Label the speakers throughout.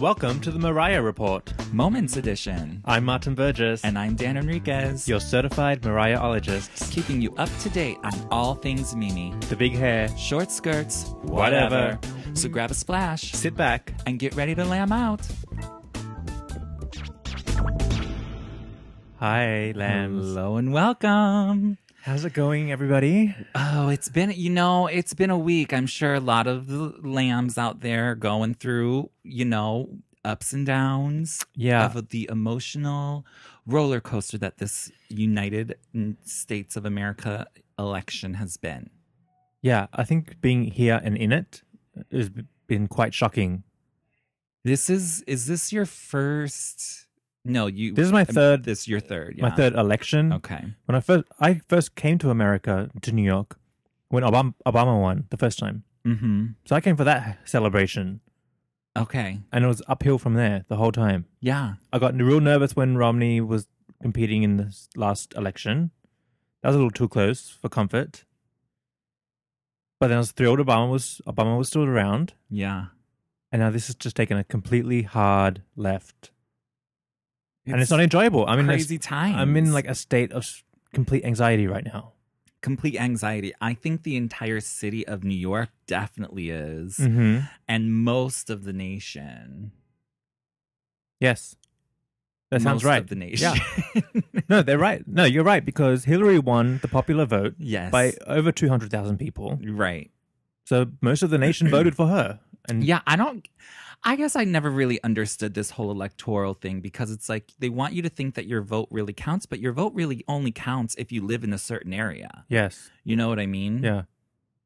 Speaker 1: Welcome to the Mariah Report.
Speaker 2: Moments Edition.
Speaker 1: I'm Martin Burgess,
Speaker 2: And I'm Dan Enriquez,
Speaker 1: your certified Mariahologist.
Speaker 2: keeping you up to date on all things Mimi.
Speaker 1: The big hair.
Speaker 2: Short skirts,
Speaker 1: Whatever.
Speaker 2: whatever. So grab a splash
Speaker 1: Sit back.
Speaker 2: and get ready to lamb out.
Speaker 1: Hi, lambs.
Speaker 2: Hello and welcome.
Speaker 1: How's it going, everybody?
Speaker 2: Oh, it's been, you know, it's been a week. I'm sure a lot of the lambs out there are going through, you know, ups and downs
Speaker 1: Yeah.
Speaker 2: of the emotional roller coaster that this United States of America election has been.
Speaker 1: Yeah, I think being here and in it has been quite shocking.
Speaker 2: This is is this your first? No, you.
Speaker 1: This is my
Speaker 2: I mean,
Speaker 1: third-
Speaker 2: This your third.
Speaker 1: My
Speaker 2: yeah.
Speaker 1: third election.
Speaker 2: Okay.
Speaker 1: When I first I first came to America to New York when Obama, Obama won the first time.
Speaker 2: Mm-hmm.
Speaker 1: So I came for that celebration,
Speaker 2: Okay.
Speaker 1: and it was uphill from there the whole time.
Speaker 2: Yeah.
Speaker 1: I got real nervous when Romney was competing in this last election. That was a little too close for comfort. But then I was thrilled Obama was Obama was still around,
Speaker 2: Yeah.
Speaker 1: and now this has just taken a completely hard left, and it's not enjoyable. I'm in a,
Speaker 2: crazy time.
Speaker 1: I'm in like a state of s- complete anxiety right now.
Speaker 2: complete anxiety. I think the entire city of New York definitely is,
Speaker 1: Mm-hmm.
Speaker 2: and most of the nation.
Speaker 1: Yes, that sounds
Speaker 2: most
Speaker 1: right.
Speaker 2: Of the nation.
Speaker 1: no, they're right. No, you're right because Hillary won the popular vote
Speaker 2: yes.
Speaker 1: by over two hundred thousand people.
Speaker 2: right.
Speaker 1: So most of the nation voted for her, and
Speaker 2: Yeah, I don't. I guess I never really understood this whole electoral thing because it's like they want you to think that your vote really counts, but your vote really only counts if you live in a certain area.
Speaker 1: yes,
Speaker 2: You know what I mean?
Speaker 1: yeah.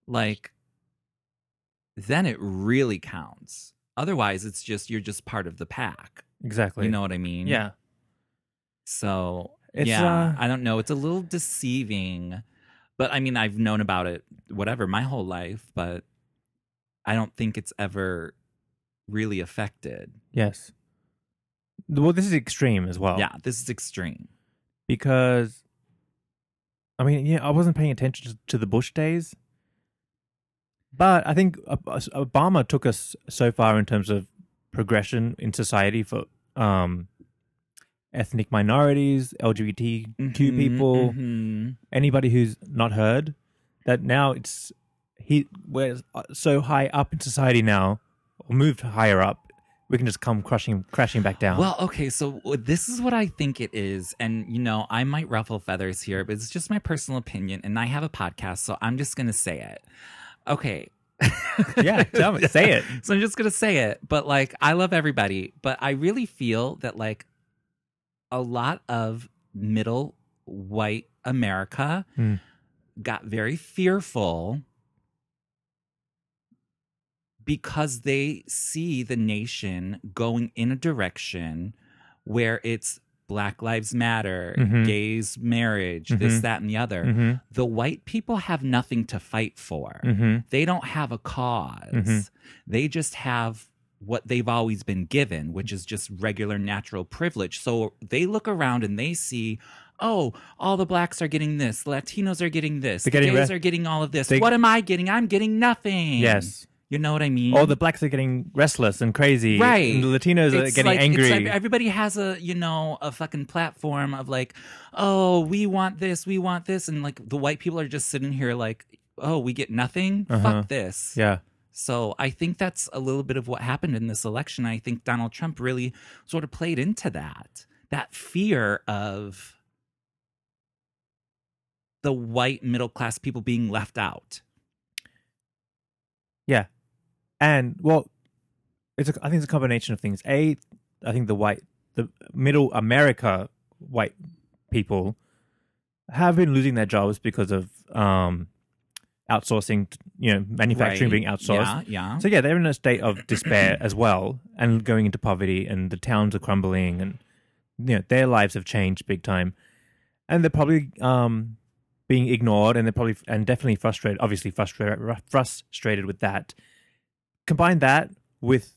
Speaker 2: Like, then it really counts. Otherwise, it's just you're just part of the pack.
Speaker 1: Exactly.
Speaker 2: You know what I mean?
Speaker 1: Yeah.
Speaker 2: So
Speaker 1: It's,
Speaker 2: yeah,
Speaker 1: uh,
Speaker 2: I don't know. It's a little deceiving, but I mean, I've known about it whatever my whole life, but I don't think it's ever really affected.
Speaker 1: Yes. Well, this is extreme as well.
Speaker 2: Yeah, this is extreme.
Speaker 1: Because, I mean, yeah, I wasn't paying attention to- to the Bush days, but I think Ob- Obama took us so far in terms of progression in society for um, ethnic minorities, LGBTQ
Speaker 2: Mhm,
Speaker 1: people,
Speaker 2: mhm.
Speaker 1: anybody who's not heard. That now it's he we're so high up in society now, or moved higher up, we can just come crushing crashing back down.
Speaker 2: Well, okay, so w- this is what I think it is. And, you know, I might ruffle feathers here, but it's just my personal opinion. And I have a podcast, so I'm just going to say it. Okay.
Speaker 1: yeah, tell me, say it.
Speaker 2: So I'm just gonna say it, but like I love everybody, but I really feel that like a lot of middle white America
Speaker 1: Mm.
Speaker 2: got very fearful because they see the nation going in a direction where it's Black Lives Matter,
Speaker 1: Mhm.
Speaker 2: gays, marriage, this,
Speaker 1: Mhm.
Speaker 2: that, and the other.
Speaker 1: Mm-hmm.
Speaker 2: The white people have nothing to fight for
Speaker 1: Mm-hmm.
Speaker 2: they don't have a because
Speaker 1: Mhm.
Speaker 2: They just have what they've always been given, which is just regular natural privilege. So they look around and they see, oh, all the blacks are getting this, Latinos are getting this,
Speaker 1: They're getting
Speaker 2: gays
Speaker 1: re-
Speaker 2: are getting all of this.
Speaker 1: they-
Speaker 2: what am I getting? I'm getting nothing.
Speaker 1: Yes.
Speaker 2: You know what I mean?
Speaker 1: All the blacks are getting restless and crazy.
Speaker 2: Right.
Speaker 1: And the Latinos are
Speaker 2: It's
Speaker 1: getting
Speaker 2: like- it's
Speaker 1: angry.
Speaker 2: like everybody has a you know a fucking platform of like, oh, we want this, we want this, and like the white people are just sitting here like, oh, we get nothing.
Speaker 1: Uh-huh.
Speaker 2: Fuck this.
Speaker 1: yeah.
Speaker 2: So I think that's a little bit of what happened in this election. I think Donald Trump really sort of played into that. that fear of the white middle class people being left out.
Speaker 1: and well, it's a, I think it's a combination of things. A, I think the white, the middle America white people have been losing their jobs because of um, outsourcing, you know, manufacturing
Speaker 2: right?
Speaker 1: being outsourced.
Speaker 2: Yeah, yeah.
Speaker 1: So yeah, they're in a state of despair as well, and going into poverty, and the towns are crumbling, and you know their lives have changed big time, and they're probably um, being ignored, and they're probably and definitely frustrated, obviously frustrated, frustrated with that. Combine that with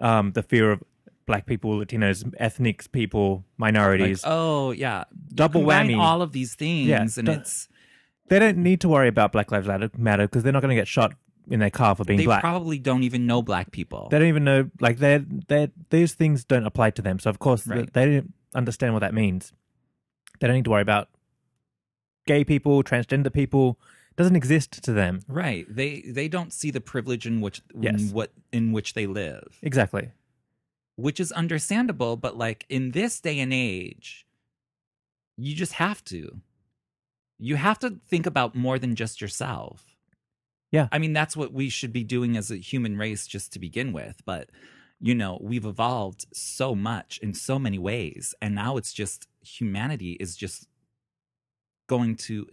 Speaker 1: um, the fear of black people, Latinos, ethnic people,
Speaker 2: Like,
Speaker 1: minorities,
Speaker 2: oh, yeah.
Speaker 1: double
Speaker 2: Combine
Speaker 1: whammy.
Speaker 2: all of these things,
Speaker 1: Yeah,
Speaker 2: and
Speaker 1: du-
Speaker 2: it's
Speaker 1: they don't need to worry about Black Lives Matter because they're not going to get shot in their car for being
Speaker 2: they
Speaker 1: black.
Speaker 2: probably don't even know black people.
Speaker 1: they don't even know like they are they these things don't apply to them so of course th
Speaker 2: Right.
Speaker 1: they don't understand what that means they don't need to worry about gay people transgender people doesn't exist to them
Speaker 2: right? They they don't see the privilege in which
Speaker 1: Yes.
Speaker 2: in what in which they live.
Speaker 1: exactly
Speaker 2: which is understandable, but like in this day and age, you just have to. You have to think about more than just yourself.
Speaker 1: Yeah.
Speaker 2: I mean, that's what we should be doing as a human race just to begin with. But, you know, we've evolved so much in so many ways. And now it's just humanity is just going to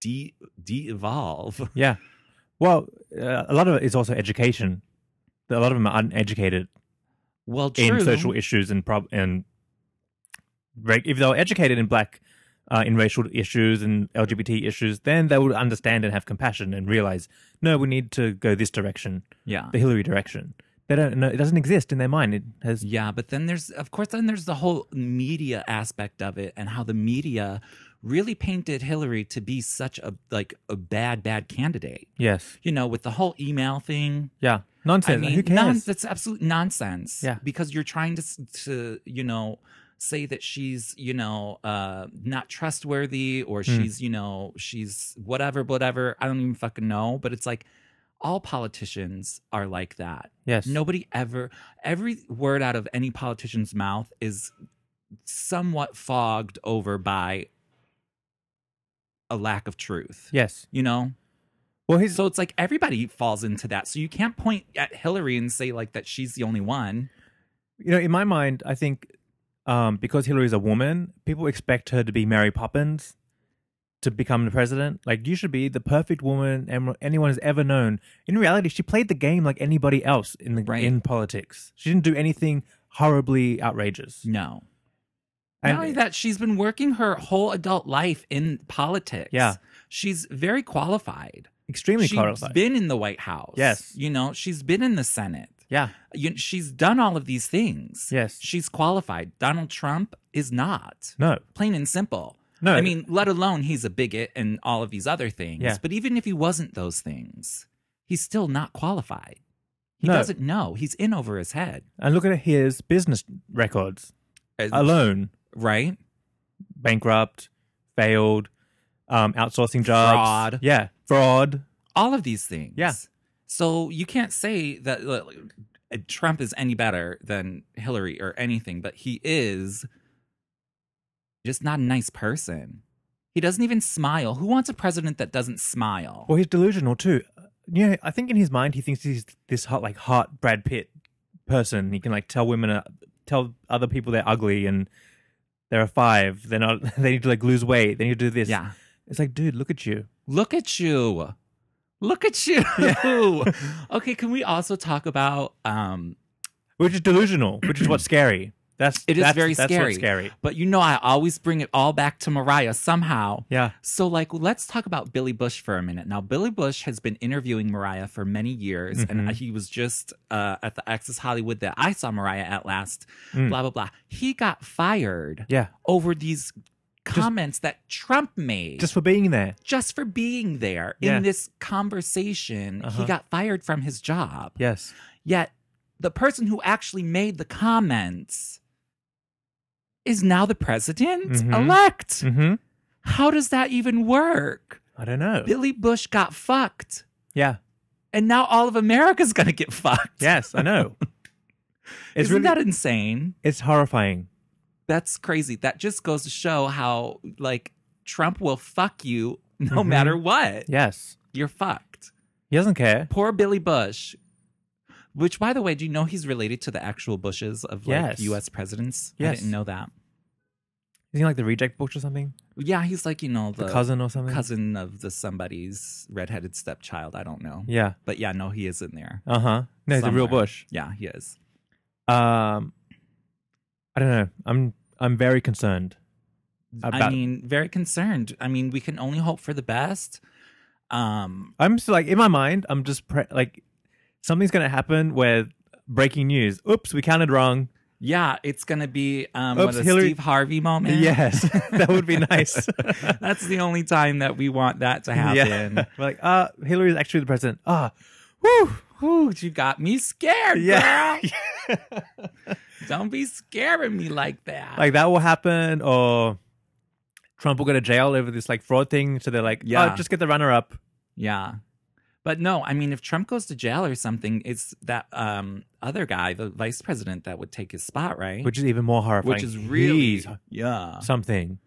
Speaker 2: de de evolve.
Speaker 1: yeah well uh, a lot of it is also education a lot of them are uneducated
Speaker 2: Well, true.
Speaker 1: in social issues and prob and reg- if they were educated in black uh, in racial issues and LGBT issues, then they would understand and have compassion and realize, no, we need to go this direction.
Speaker 2: yeah.
Speaker 1: the Hillary direction. They don't know. It doesn't exist in their mind. It has.
Speaker 2: Yeah, but then there's, of course, then there's the whole media aspect of it and how the media really painted Hillary to be such a like a bad, bad candidate.
Speaker 1: Yes.
Speaker 2: You know, with the whole email thing.
Speaker 1: Yeah. Nonsense.
Speaker 2: I mean,
Speaker 1: Who
Speaker 2: non-
Speaker 1: cares?
Speaker 2: that's absolute nonsense.
Speaker 1: Yeah.
Speaker 2: because you're trying to s- to you know say that she's you know uh not trustworthy or
Speaker 1: Hmm.
Speaker 2: she's you know she's whatever whatever i don't even fucking know but it's like all politicians are like that
Speaker 1: yes.
Speaker 2: Nobody ever, every word out of any politician's mouth is somewhat fogged over by a lack of truth,
Speaker 1: Yes.
Speaker 2: you know?
Speaker 1: Well, he's
Speaker 2: So it's like everybody falls into that. So you can't point at Hillary and say, like, that she's the only one.
Speaker 1: you know in my mind, I think um, because Hillary's a woman, people expect her to be Mary Poppins to become the president. Like you should be the perfect woman em- anyone has ever known. In reality, she played the game like anybody else in the
Speaker 2: Right.
Speaker 1: in politics. She didn't do anything horribly outrageous.
Speaker 2: No.
Speaker 1: And-
Speaker 2: Not only that, she's been working her whole adult life in politics.
Speaker 1: Yeah.
Speaker 2: She's very qualified.
Speaker 1: Extremely
Speaker 2: She's
Speaker 1: qualified.
Speaker 2: been in the White House.
Speaker 1: Yes.
Speaker 2: You know, she's been in the Senate.
Speaker 1: yeah.
Speaker 2: you, she's done all of these things.
Speaker 1: Yes.
Speaker 2: She's qualified. Donald Trump is not,
Speaker 1: No.
Speaker 2: plain and simple.
Speaker 1: No.
Speaker 2: I mean, let alone he's a bigot and all of these other things.
Speaker 1: Yeah.
Speaker 2: But even if he wasn't those things, he's still not qualified. He
Speaker 1: No.
Speaker 2: doesn't know. He's in over his head.
Speaker 1: And look at his business records
Speaker 2: As-
Speaker 1: alone.
Speaker 2: Right?
Speaker 1: bankrupt, failed, um, outsourcing jobs,
Speaker 2: Fraud.
Speaker 1: yeah, fraud.
Speaker 2: All of these things.
Speaker 1: Yeah.
Speaker 2: So you can't say that uh, Trump is any better than Hillary or anything, but he is just not a nice person. He doesn't even smile. Who wants a president that doesn't smile?
Speaker 1: Well, he's delusional too. Yeah, I think in his mind he thinks he's this hot, like hot Brad Pitt person. He can like tell women, uh, tell other people they're ugly and they're a five. They're not. They need to like lose weight. They need to do this.
Speaker 2: Yeah.
Speaker 1: it's like, dude, look at you.
Speaker 2: Look at you. Look at you. okay, can we also talk about um
Speaker 1: Which is delusional. which is what's scary. That's
Speaker 2: It is
Speaker 1: that's-
Speaker 2: very
Speaker 1: that's
Speaker 2: scary.
Speaker 1: What's scary.
Speaker 2: but you know I always bring it all back to Mariah somehow.
Speaker 1: Yeah.
Speaker 2: So, like, let's talk about Billy Bush for a minute. Now, Billy Bush has been interviewing Mariah for many years,
Speaker 1: Mm-hmm.
Speaker 2: and he was just uh, at the Access Hollywood that I saw Mariah at last,
Speaker 1: Mm.
Speaker 2: blah, blah, blah. He got fired
Speaker 1: Yeah.
Speaker 2: over these comments that Trump
Speaker 1: Just
Speaker 2: made just,
Speaker 1: for being there.
Speaker 2: for being there
Speaker 1: Yeah.
Speaker 2: in this conversation.
Speaker 1: Uh-huh.
Speaker 2: He got fired from his job.
Speaker 1: Yes.
Speaker 2: Yet, the person who actually made the comments is now the president
Speaker 1: Mhm.
Speaker 2: elect.
Speaker 1: Mm-hmm.
Speaker 2: How does that even work?
Speaker 1: I don't know.
Speaker 2: Billy Bush got fucked,
Speaker 1: Yeah.
Speaker 2: and now all of America's gonna get fucked.
Speaker 1: Yes, I know. it's
Speaker 2: Isn't
Speaker 1: really
Speaker 2: that insane?
Speaker 1: it's horrifying.
Speaker 2: That's crazy. That just goes to show how like Trump will fuck you no
Speaker 1: Mm-hmm.
Speaker 2: matter what.
Speaker 1: Yes.
Speaker 2: You're fucked.
Speaker 1: He doesn't care.
Speaker 2: Poor Billy Bush. Which, by the way, do you know he's related to the actual Bushes of like
Speaker 1: Yes.
Speaker 2: U.S. presidents? I
Speaker 1: Yes.
Speaker 2: didn't know that.
Speaker 1: Is he like the reject books or something?
Speaker 2: Yeah, he's like you know
Speaker 1: The,
Speaker 2: the,
Speaker 1: cousin or something?
Speaker 2: cousin of the somebody's redheaded stepchild. I don't know,
Speaker 1: Yeah.
Speaker 2: but yeah, no, he is in there.
Speaker 1: Uh huh. No, he's a real
Speaker 2: Somewhere.
Speaker 1: Bush.
Speaker 2: Yeah, he is.
Speaker 1: Um, I don't know. I'm I'm very concerned.
Speaker 2: I
Speaker 1: About-
Speaker 2: mean, very concerned. I mean, we can only hope for the best. Um,
Speaker 1: I'm just like in my mind. I'm just pre- like something's gonna happen where breaking news. Oops, we counted wrong.
Speaker 2: yeah, it's gonna be um,
Speaker 1: Oops,
Speaker 2: what, a
Speaker 1: Hillary-
Speaker 2: Steve Harvey moment.
Speaker 1: Yes, that would be nice.
Speaker 2: that's the only time that we want that to happen.
Speaker 1: Yeah. We're like, uh, Hillary's actually the president. Ah,
Speaker 2: Whew, whew, you got me scared,
Speaker 1: Yeah.
Speaker 2: girl. Don't be scaring me like that.
Speaker 1: like that will happen, or Trump will go to jail over this like fraud thing. So they're like, yeah,
Speaker 2: Yeah.
Speaker 1: just get the runner up.
Speaker 2: yeah. But no, I mean, if Trump goes to jail or something, it's that um, other guy, the vice president, that would take his spot, right?
Speaker 1: which is even more horrifying.
Speaker 2: Which is really,
Speaker 1: He's
Speaker 2: yeah.
Speaker 1: something.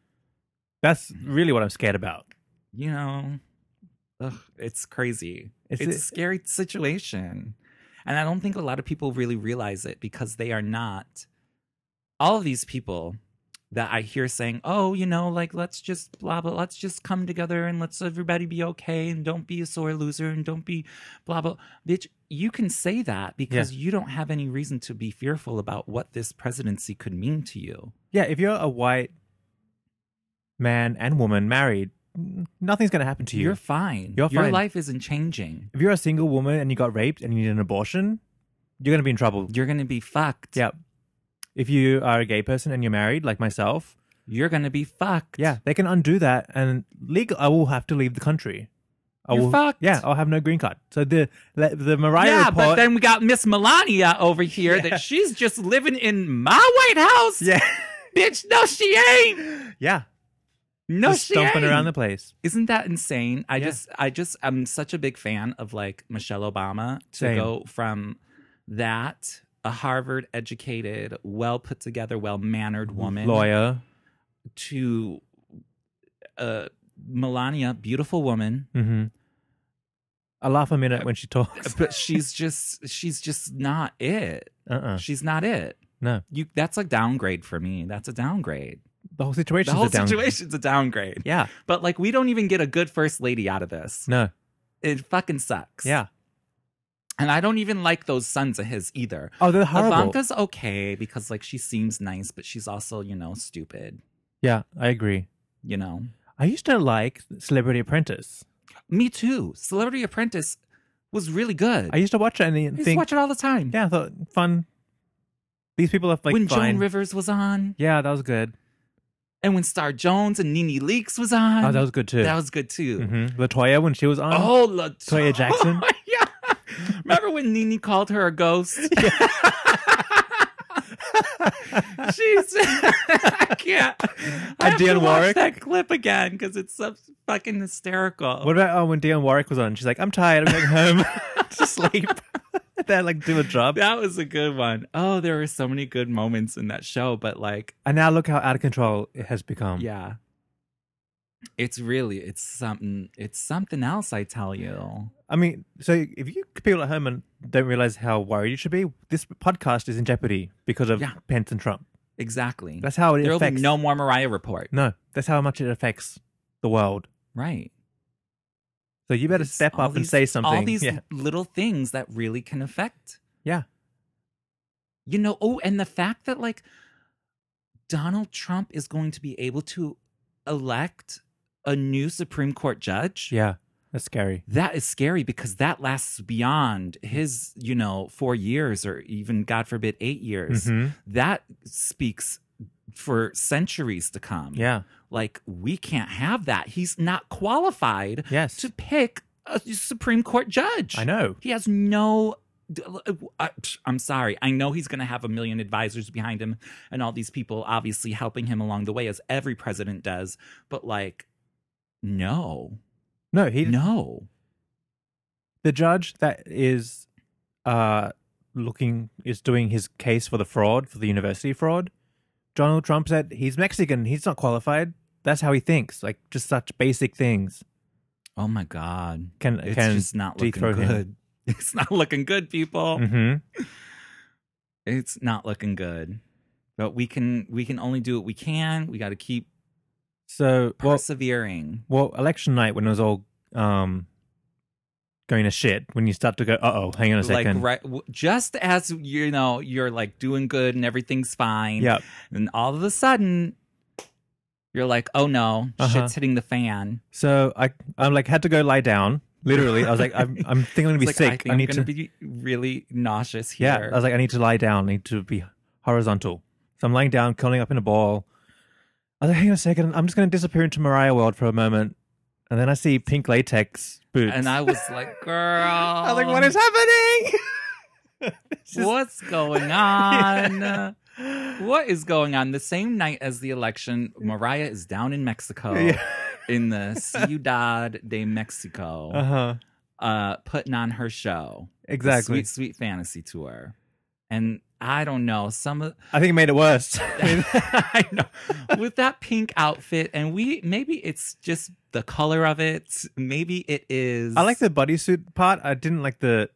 Speaker 1: That's really what I'm scared about.
Speaker 2: You know, ugh, it's crazy.
Speaker 1: It's
Speaker 2: It's,
Speaker 1: a-
Speaker 2: a scary situation. And I don't think a lot of people really realize it because they are not. All of these people that I hear saying, oh, you know, like, let's just blah, blah, let's just come together and let's everybody be okay and don't be a sore loser and don't be blah, blah. Bitch, you can say that because you don't have any reason to be fearful about what this presidency could mean to you.
Speaker 1: Yeah, if you're a white man and woman married, n- nothing's going to happen to you.
Speaker 2: You're fine.
Speaker 1: You're
Speaker 2: Your
Speaker 1: fine.
Speaker 2: life isn't changing.
Speaker 1: if you're a single woman and you got raped and you need an abortion, you're going to be in trouble.
Speaker 2: You're going to be fucked.
Speaker 1: Yeah. If you are a gay person and you're married, like myself,
Speaker 2: You're going to be fucked.
Speaker 1: yeah, they can undo that, and legal. I will have to leave the country. I
Speaker 2: You're
Speaker 1: will,
Speaker 2: fucked.
Speaker 1: Yeah, I'll have no green card. So the le- the Mariah
Speaker 2: yeah,
Speaker 1: report.
Speaker 2: but then we got Miss Melania over here
Speaker 1: Yeah.
Speaker 2: that she's just living in my White House.
Speaker 1: yeah,
Speaker 2: Bitch, no, she ain't.
Speaker 1: yeah,
Speaker 2: No,
Speaker 1: just
Speaker 2: she
Speaker 1: stomping
Speaker 2: ain't.
Speaker 1: around the place.
Speaker 2: Isn't that insane? I
Speaker 1: Yeah.
Speaker 2: just, I just, I'm such a big fan of like Michelle Obama to
Speaker 1: Same.
Speaker 2: go from that, a Harvard educated, well put together, well mannered woman,
Speaker 1: lawyer.
Speaker 2: to uh, Melania, beautiful woman.
Speaker 1: Mm-hmm. I laugh a minute when she talks.
Speaker 2: But she's just, she's just not it.
Speaker 1: Uh-uh.
Speaker 2: She's not it.
Speaker 1: No,
Speaker 2: You, that's a downgrade for me. That's a downgrade.
Speaker 1: the whole situation's
Speaker 2: the whole
Speaker 1: a down.
Speaker 2: situation's a downgrade.
Speaker 1: Yeah.
Speaker 2: But like, we don't even get a good first lady out of this.
Speaker 1: No.
Speaker 2: It fucking sucks.
Speaker 1: Yeah.
Speaker 2: And I don't even like those sons of his either.
Speaker 1: Oh, they're horrible.
Speaker 2: Ivanka's okay because like she seems nice, but she's also you know stupid.
Speaker 1: Yeah, I agree.
Speaker 2: You know.
Speaker 1: I used to like Celebrity Apprentice.
Speaker 2: Me too. Celebrity Apprentice was really good.
Speaker 1: I used to watch it and then
Speaker 2: used to
Speaker 1: think,
Speaker 2: watch it all the time.
Speaker 1: yeah, I thought fun. These people are like
Speaker 2: when
Speaker 1: fine.
Speaker 2: Joan Rivers was on,
Speaker 1: yeah, that was good.
Speaker 2: and when Star Jones and Nene Leakes was on,
Speaker 1: Oh, that was good too.
Speaker 2: that was good too.
Speaker 1: hmm Latoya when she was on.
Speaker 2: Oh, Latoya
Speaker 1: Uh-huh. Jackson?
Speaker 2: yeah. Remember when Nene called her a ghost? She's. I can't. I have
Speaker 1: Dionne
Speaker 2: to watch
Speaker 1: Warwick?
Speaker 2: that clip again because it's so fucking hysterical.
Speaker 1: What about oh, when Dionne Warwick was on? She's like, I'm tired. I'm going home to sleep. they like do a job.
Speaker 2: that was a good one. Oh, there were so many good moments in that show, but like,
Speaker 1: And now look how out of control it has become.
Speaker 2: yeah. It's really, it's something, it's something else, I tell you.
Speaker 1: I mean, so if you people at home and don't realize how worried you should be, this podcast is in jeopardy because of
Speaker 2: Yeah.
Speaker 1: Pence and Trump.
Speaker 2: Exactly.
Speaker 1: That's how it
Speaker 2: There'll
Speaker 1: affects.
Speaker 2: be no more Mariah report.
Speaker 1: no, that's how much it affects the world.
Speaker 2: Right.
Speaker 1: So you better
Speaker 2: It's
Speaker 1: step
Speaker 2: all
Speaker 1: up and
Speaker 2: these-
Speaker 1: say something.
Speaker 2: All these
Speaker 1: yeah,
Speaker 2: little things that really can affect.
Speaker 1: Yeah.
Speaker 2: You know, oh, and the fact that like Donald Trump is going to be able to elect a new Supreme Court judge.
Speaker 1: yeah, that's scary.
Speaker 2: That is scary because that lasts beyond his, you know, four years or even, God forbid, eight years.
Speaker 1: Mhm.
Speaker 2: That speaks for centuries to come.
Speaker 1: Yeah.
Speaker 2: Like, we can't have that. He's not qualified
Speaker 1: Yes.
Speaker 2: to pick a Supreme Court judge.
Speaker 1: I know.
Speaker 2: He has no. uh, I- I'm sorry. I know he's going to have a million advisors behind him and all these people obviously helping him along the way, as every president does. But, like, no,
Speaker 1: No, he
Speaker 2: no.
Speaker 1: the judge that is uh looking is doing his case for the fraud for the university fraud. Donald Trump said he's Mexican. He's not qualified. That's how he thinks. Like just such basic things
Speaker 2: Oh my God.
Speaker 1: can
Speaker 2: It's
Speaker 1: can.
Speaker 2: just not looking
Speaker 1: dethrone
Speaker 2: good.
Speaker 1: him.
Speaker 2: It's not looking good, people.
Speaker 1: Mhm.
Speaker 2: It's not looking good. But we can we can only do what we can. We got to keep
Speaker 1: So well,
Speaker 2: persevering.
Speaker 1: well, election night when it was all um going to shit. When you start to go, uh oh, hang on a
Speaker 2: like
Speaker 1: second.
Speaker 2: right, w- just as you know, you're like doing good and everything's fine.
Speaker 1: yeah,
Speaker 2: And all of a sudden, you're like, oh no,
Speaker 1: Uh-huh.
Speaker 2: shit's hitting the fan.
Speaker 1: So I I'm like had to go lie down. Literally, I was like I'm I'm thinking I'm gonna be
Speaker 2: It's like,
Speaker 1: sick. I,
Speaker 2: I think am
Speaker 1: need
Speaker 2: gonna
Speaker 1: to
Speaker 2: be really nauseous here.
Speaker 1: yeah. I was like I need to lie down. I need to be horizontal. So I'm lying down, curling up in a ball. I was like, hang on a second. I'm just gonna disappear into Mariah World for a moment, and then I see pink latex boots.
Speaker 2: and I was like, girl,
Speaker 1: I was like, what is happening? It's just-
Speaker 2: what's going on?
Speaker 1: Yeah.
Speaker 2: What is going on? The same night as the election, Mariah is down in Mexico
Speaker 1: Yeah.
Speaker 2: in the Ciudad de Mexico,
Speaker 1: Uh
Speaker 2: uh
Speaker 1: huh.
Speaker 2: putting on her show, The
Speaker 1: Exactly.
Speaker 2: Sweet Sweet Fantasy Tour, and I don't know some of
Speaker 1: I think it made it worse.
Speaker 2: I know. With that pink outfit, and we maybe it's just the color of it. Maybe it is.
Speaker 1: I like the bodysuit part. I didn't like the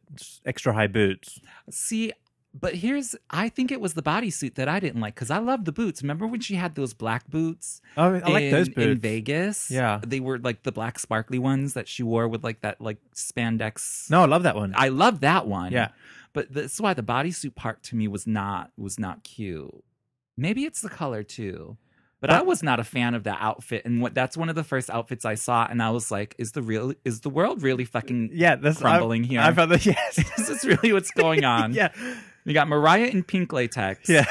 Speaker 1: extra high boots.
Speaker 2: see, but here's I think it was the bodysuit that I didn't like because I love the boots. Remember when she had those black boots?
Speaker 1: I, I like those
Speaker 2: in-
Speaker 1: boots.
Speaker 2: in Vegas.
Speaker 1: Yeah.
Speaker 2: they were like the black sparkly ones that she wore with like that like spandex.
Speaker 1: No, I love that one.
Speaker 2: I love that one.
Speaker 1: Yeah.
Speaker 2: but that's why the bodysuit part to me was not was not cute. Maybe it's the color too. But I
Speaker 1: But-
Speaker 2: was not a fan of that outfit, and what that's one of the first outfits I saw, and I was like, "Is the real? Is the world really fucking?
Speaker 1: yeah, that's
Speaker 2: Crumbling
Speaker 1: I,
Speaker 2: here.
Speaker 1: I felt that. Yes.
Speaker 2: Is this really what's going on?"
Speaker 1: yeah.
Speaker 2: You got Mariah in pink latex,
Speaker 1: Yeah.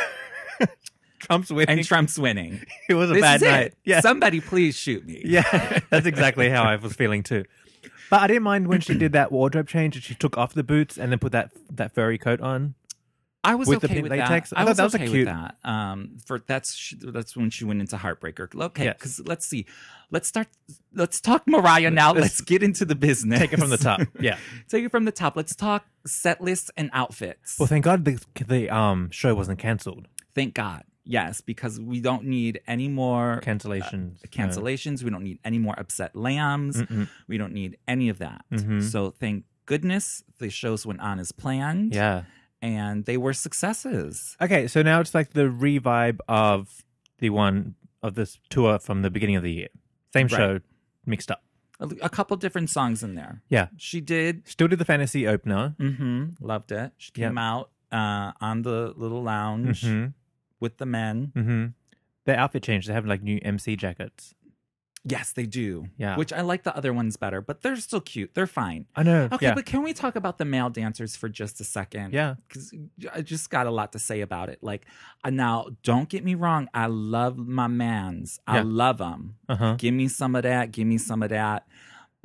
Speaker 1: Trump's winning.
Speaker 2: and Trump's winning.
Speaker 1: it was a
Speaker 2: this
Speaker 1: bad
Speaker 2: is it.
Speaker 1: night. Yeah.
Speaker 2: Somebody please shoot me.
Speaker 1: yeah. That's exactly how I was feeling too. But I didn't mind when she did that wardrobe change and she took off the boots and then put that that furry coat on.
Speaker 2: I was
Speaker 1: with the
Speaker 2: okay
Speaker 1: pink
Speaker 2: with
Speaker 1: latex?
Speaker 2: that.
Speaker 1: I
Speaker 2: I,
Speaker 1: thought
Speaker 2: was
Speaker 1: that was a
Speaker 2: okay
Speaker 1: cute-
Speaker 2: with that. Um, for that's sh- that's when she went into Heartbreaker. Okay,
Speaker 1: Yes.
Speaker 2: because let's see, let's start. Let's talk Mariah now.
Speaker 1: Let's-
Speaker 2: Let's get into the business.
Speaker 1: Take it from the top. Yeah.
Speaker 2: Take it from the top. Let's talk set lists and outfits.
Speaker 1: Well, thank God the the um show wasn't cancelled.
Speaker 2: Thank God, yes, because we don't need any
Speaker 1: Uh,
Speaker 2: more
Speaker 1: Cancellations. no.
Speaker 2: cancellations. We don't need any more upset lambs.
Speaker 1: Mm-mm.
Speaker 2: We don't need any of that.
Speaker 1: Mhm.
Speaker 2: So thank goodness the shows went on as planned.
Speaker 1: Yeah.
Speaker 2: and they were successes.
Speaker 1: Okay, so now it's like the revive of the one of this tour from the beginning of the year. Same
Speaker 2: Right.
Speaker 1: show mixed up.
Speaker 2: A, a couple different songs in there.
Speaker 1: Yeah.
Speaker 2: She did.
Speaker 1: Still did the fantasy opener.
Speaker 2: hmm Loved it. She
Speaker 1: Yep.
Speaker 2: came out uh, on the little lounge
Speaker 1: hmm
Speaker 2: with the men.
Speaker 1: hmm Their outfit changed. They have like new MC jackets.
Speaker 2: Yes, they do.
Speaker 1: Yeah.
Speaker 2: Which I like the other ones better, but they're still cute. They're fine.
Speaker 1: I know.
Speaker 2: Okay,
Speaker 1: yeah.
Speaker 2: but can we talk about the male dancers for just a second?
Speaker 1: yeah.
Speaker 2: Because I just got a lot to say about it. Like, uh, now, don't get me wrong. I love my mans. I
Speaker 1: Yeah.
Speaker 2: love them.
Speaker 1: Uh huh.
Speaker 2: Give me some of that. Give me some of that.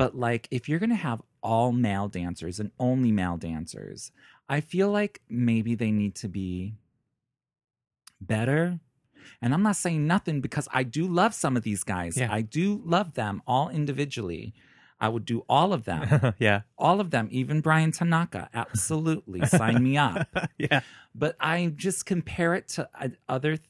Speaker 2: But like, if you're gonna have all male dancers and only male dancers, I feel like maybe they need to be better. And I'm not saying nothing because I do love some of these guys.
Speaker 1: Yeah.
Speaker 2: I do love them all individually. I would do all of them,
Speaker 1: yeah.
Speaker 2: all of them, even Brian Tanaka. Absolutely. Sign me up
Speaker 1: yeah.
Speaker 2: but I just compare it to uh, other th-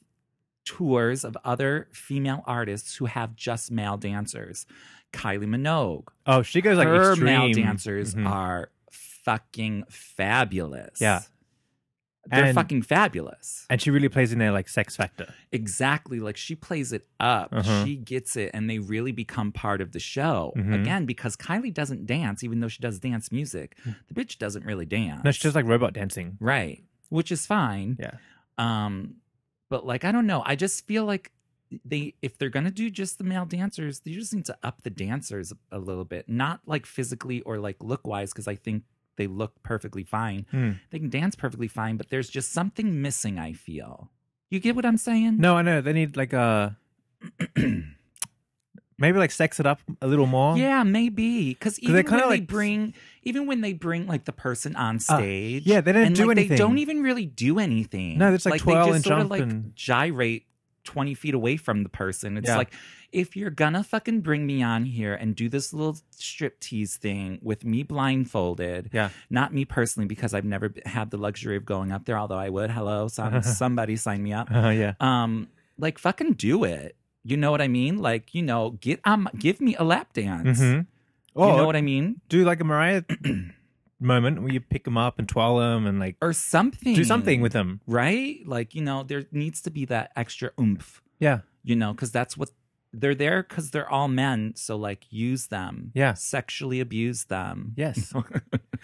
Speaker 2: tours of other female artists who have just male dancers. Kylie Minogue,
Speaker 1: Oh, she goes like
Speaker 2: her
Speaker 1: extreme.
Speaker 2: male dancers
Speaker 1: Mhm.
Speaker 2: are fucking fabulous.
Speaker 1: Yeah.
Speaker 2: They're
Speaker 1: And-
Speaker 2: fucking fabulous.
Speaker 1: and she really plays in their like sex factor.
Speaker 2: Exactly. Like she plays it up.
Speaker 1: Uh-huh.
Speaker 2: She gets it and they really become part of the show.
Speaker 1: Mhm.
Speaker 2: Again, because Kylie doesn't dance, even though she does dance music, the bitch doesn't really dance.
Speaker 1: Mm. No, she does like robot dancing.
Speaker 2: Right. Which is fine.
Speaker 1: Yeah.
Speaker 2: Um, but like I don't know. I just feel like they if they're gonna do just the male dancers, they just need to up the dancers a little bit. Not like physically or like look wise, because I think they look perfectly fine.
Speaker 1: Hmm.
Speaker 2: They can dance perfectly fine, but there's just something missing, I feel. You get what I'm saying?
Speaker 1: No, I know they need like uh maybe like sex it up a little more.
Speaker 2: Yeah, maybe because even
Speaker 1: they're
Speaker 2: when
Speaker 1: kinda
Speaker 2: they
Speaker 1: like- Uh,
Speaker 2: bring, even when they bring like the person on stage,
Speaker 1: yeah, they don't
Speaker 2: and,
Speaker 1: do
Speaker 2: like,
Speaker 1: anything.
Speaker 2: They don't even really do anything.
Speaker 1: No, it's like
Speaker 2: they
Speaker 1: twirl
Speaker 2: just
Speaker 1: and
Speaker 2: sorta,
Speaker 1: jump
Speaker 2: like
Speaker 1: and-
Speaker 2: gyrate twenty feet away from the person. It's
Speaker 1: Yeah.
Speaker 2: like if you're gonna fucking bring me on here and do this little strip tease thing with me blindfolded,
Speaker 1: Yeah.
Speaker 2: not me personally because I've never b- had the luxury of going up there. Although I would, hello, some, somebody sign me up.
Speaker 1: Uh, yeah.
Speaker 2: Um, like fucking do it. You know what I mean? Like, you know, get um give me a lap dance.
Speaker 1: Mm-hmm.
Speaker 2: You
Speaker 1: Or
Speaker 2: know what I mean?
Speaker 1: do like a Mariah moment where you pick them up and twirl them and like
Speaker 2: Or something.
Speaker 1: do something with them.
Speaker 2: right? Like, you know, there needs to be that extra oomph,
Speaker 1: Yeah.
Speaker 2: you know, because that's what they're there because they're all men. So like use them.
Speaker 1: Yeah.
Speaker 2: Sexually abuse them.
Speaker 1: Yes.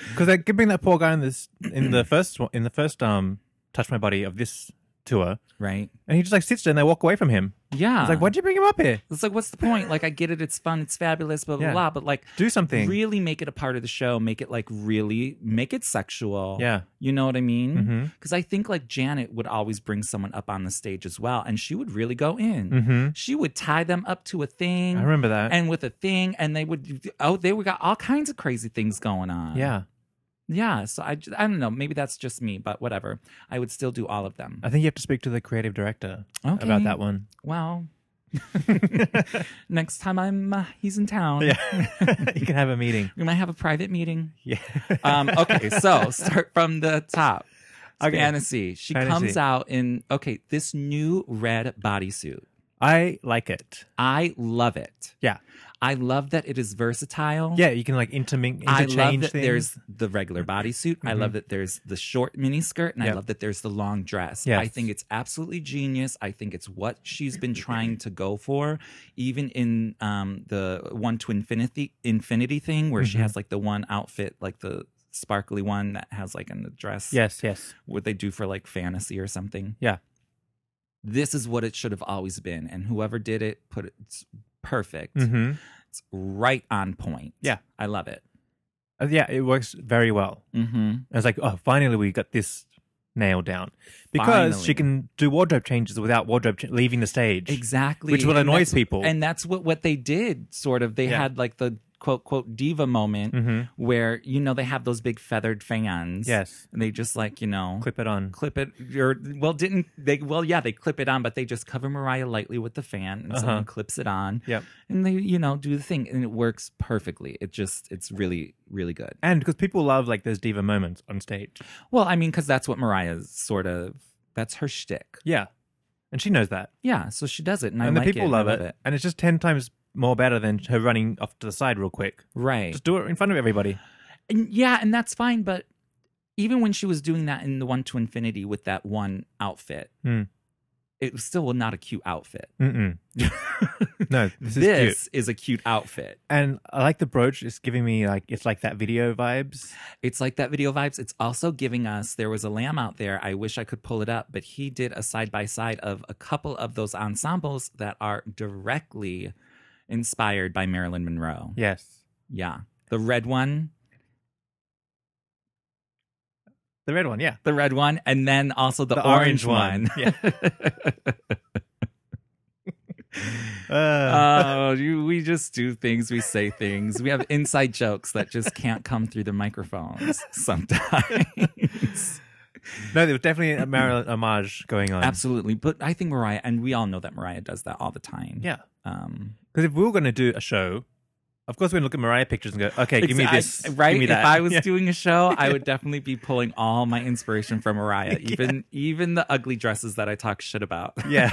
Speaker 1: Because they could bring that poor guy in this in the first one- in the first um touch my body of this tour,
Speaker 2: Right.
Speaker 1: and he just like sits there and they walk away from him.
Speaker 2: Yeah.
Speaker 1: It's like, why'd you bring him up here?
Speaker 2: It's like, what's the point? Like, I get it. It's fun. It's fabulous. Blah blah
Speaker 1: Yeah.
Speaker 2: blah. But like,
Speaker 1: Do something.
Speaker 2: really make it a part of the show. Make it like really make it sexual.
Speaker 1: Yeah.
Speaker 2: You know what I mean?
Speaker 1: Mm-hmm.
Speaker 2: Because I think like Janet would always bring someone up on the stage as well, and she would really go in.
Speaker 1: Mm-hmm.
Speaker 2: She would tie them up to a thing.
Speaker 1: I remember that.
Speaker 2: And with a thing, and they would oh, they would got all kinds of crazy things going on.
Speaker 1: yeah.
Speaker 2: yeah. So I, ju- I don't know. Maybe that's just me, but whatever. I would still do all of them.
Speaker 1: I think you have to speak to the creative director
Speaker 2: Okay.
Speaker 1: about that one.
Speaker 2: Well, next time I'm uh, he's in town.
Speaker 1: Yeah. you can have a meeting.
Speaker 2: We might have a private meeting.
Speaker 1: Yeah.
Speaker 2: Um, okay, so start from the top.
Speaker 1: Okay.
Speaker 2: Fantasy. She
Speaker 1: Fantasy.
Speaker 2: comes out in okay, this new red bodysuit.
Speaker 1: I like it.
Speaker 2: I love it.
Speaker 1: Yeah.
Speaker 2: I love that it is versatile.
Speaker 1: Yeah, you can like intermin- interchange
Speaker 2: Oh. I love that
Speaker 1: things. Mm-hmm.
Speaker 2: there's the regular bodysuit. I love that there's the short miniskirt, and I
Speaker 1: Yep.
Speaker 2: love that there's the long dress.
Speaker 1: Yes.
Speaker 2: I think it's absolutely genius. I think it's what she's been trying to go for, even in um, the one to infinity infinity thing, where
Speaker 1: Mm-hmm.
Speaker 2: she has like the one outfit, like the sparkly one that has like in the dress.
Speaker 1: Yes, yes.
Speaker 2: what they do for like fantasy or something.
Speaker 1: Yeah.
Speaker 2: This is what it should have always been, and whoever did it put it it's perfect.
Speaker 1: Mm-hmm.
Speaker 2: It's right on point.
Speaker 1: Yeah.
Speaker 2: I love it.
Speaker 1: Uh, yeah, it works very well.
Speaker 2: Mm-hmm.
Speaker 1: And it's like, oh, finally we got this nailed down because she
Speaker 2: Finally.
Speaker 1: can do wardrobe changes without wardrobe cha- leaving the stage.
Speaker 2: Exactly.
Speaker 1: Which will
Speaker 2: And
Speaker 1: annoy
Speaker 2: that's-
Speaker 1: people.
Speaker 2: And that's what, what they did, sort of. They
Speaker 1: Yeah.
Speaker 2: had like the quote, quote, diva moment
Speaker 1: Mhm.
Speaker 2: where, you know, they have those big feathered fans.
Speaker 1: Yes.
Speaker 2: And they just like, you know,
Speaker 1: Clip it on.
Speaker 2: clip it. Or, well, didn't they? Well, yeah, they clip it on, but they just cover Mariah lightly with the fan
Speaker 1: Uh-huh.
Speaker 2: and someone clips it on.
Speaker 1: Yep.
Speaker 2: And they, you know, do the thing and it works perfectly. It just, it's really, really good.
Speaker 1: And because people love like those diva moments on stage.
Speaker 2: Well, I mean, because that's what Mariah's sort of, that's her shtick.
Speaker 1: Yeah. And she knows that.
Speaker 2: Yeah. So she does it. And, I
Speaker 1: and the
Speaker 2: like
Speaker 1: people
Speaker 2: it, and I
Speaker 1: love, it. And it's just 10 times more better than her running off to the side real quick.
Speaker 2: Right.
Speaker 1: Just do it in front of everybody.
Speaker 2: And yeah, and that's fine. But even when she was doing that in the One to Infinity with that one outfit,
Speaker 1: Mm.
Speaker 2: it was still not a cute outfit.
Speaker 1: Mm-mm. No, this,
Speaker 2: This,
Speaker 1: is cute.
Speaker 2: is, a cute outfit.
Speaker 1: And I like the brooch. It's giving me like, it's like that video vibes.
Speaker 2: It's like that video vibes. It's also giving us there was a lamb out there. I wish I could pull it up, but he did a side by side of a couple of those ensembles that are directly inspired by Marilyn Monroe.
Speaker 1: Yes.
Speaker 2: yeah. The red one,
Speaker 1: The red one. Yeah.
Speaker 2: the red one, and then also the,
Speaker 1: The
Speaker 2: orange,
Speaker 1: orange one.
Speaker 2: one.
Speaker 1: Uh,
Speaker 2: Oh, you, we just do things, we say things. We have inside jokes that just can't come through the microphones sometimes.
Speaker 1: no, there was definitely a Marilyn homage going on.
Speaker 2: Absolutely. But I think Mariah, and we all know that Mariah does that all the time.
Speaker 1: Yeah.
Speaker 2: Um,
Speaker 1: Because if we were going to do a show, of course we're going to look at Mariah pictures and go, okay, give me
Speaker 2: exa- I-
Speaker 1: this.
Speaker 2: right?
Speaker 1: Give me that.
Speaker 2: If I was
Speaker 1: Yeah.
Speaker 2: doing a show, I would definitely be pulling all my inspiration from Mariah, even even the ugly dresses that I talk shit about.
Speaker 1: Yeah.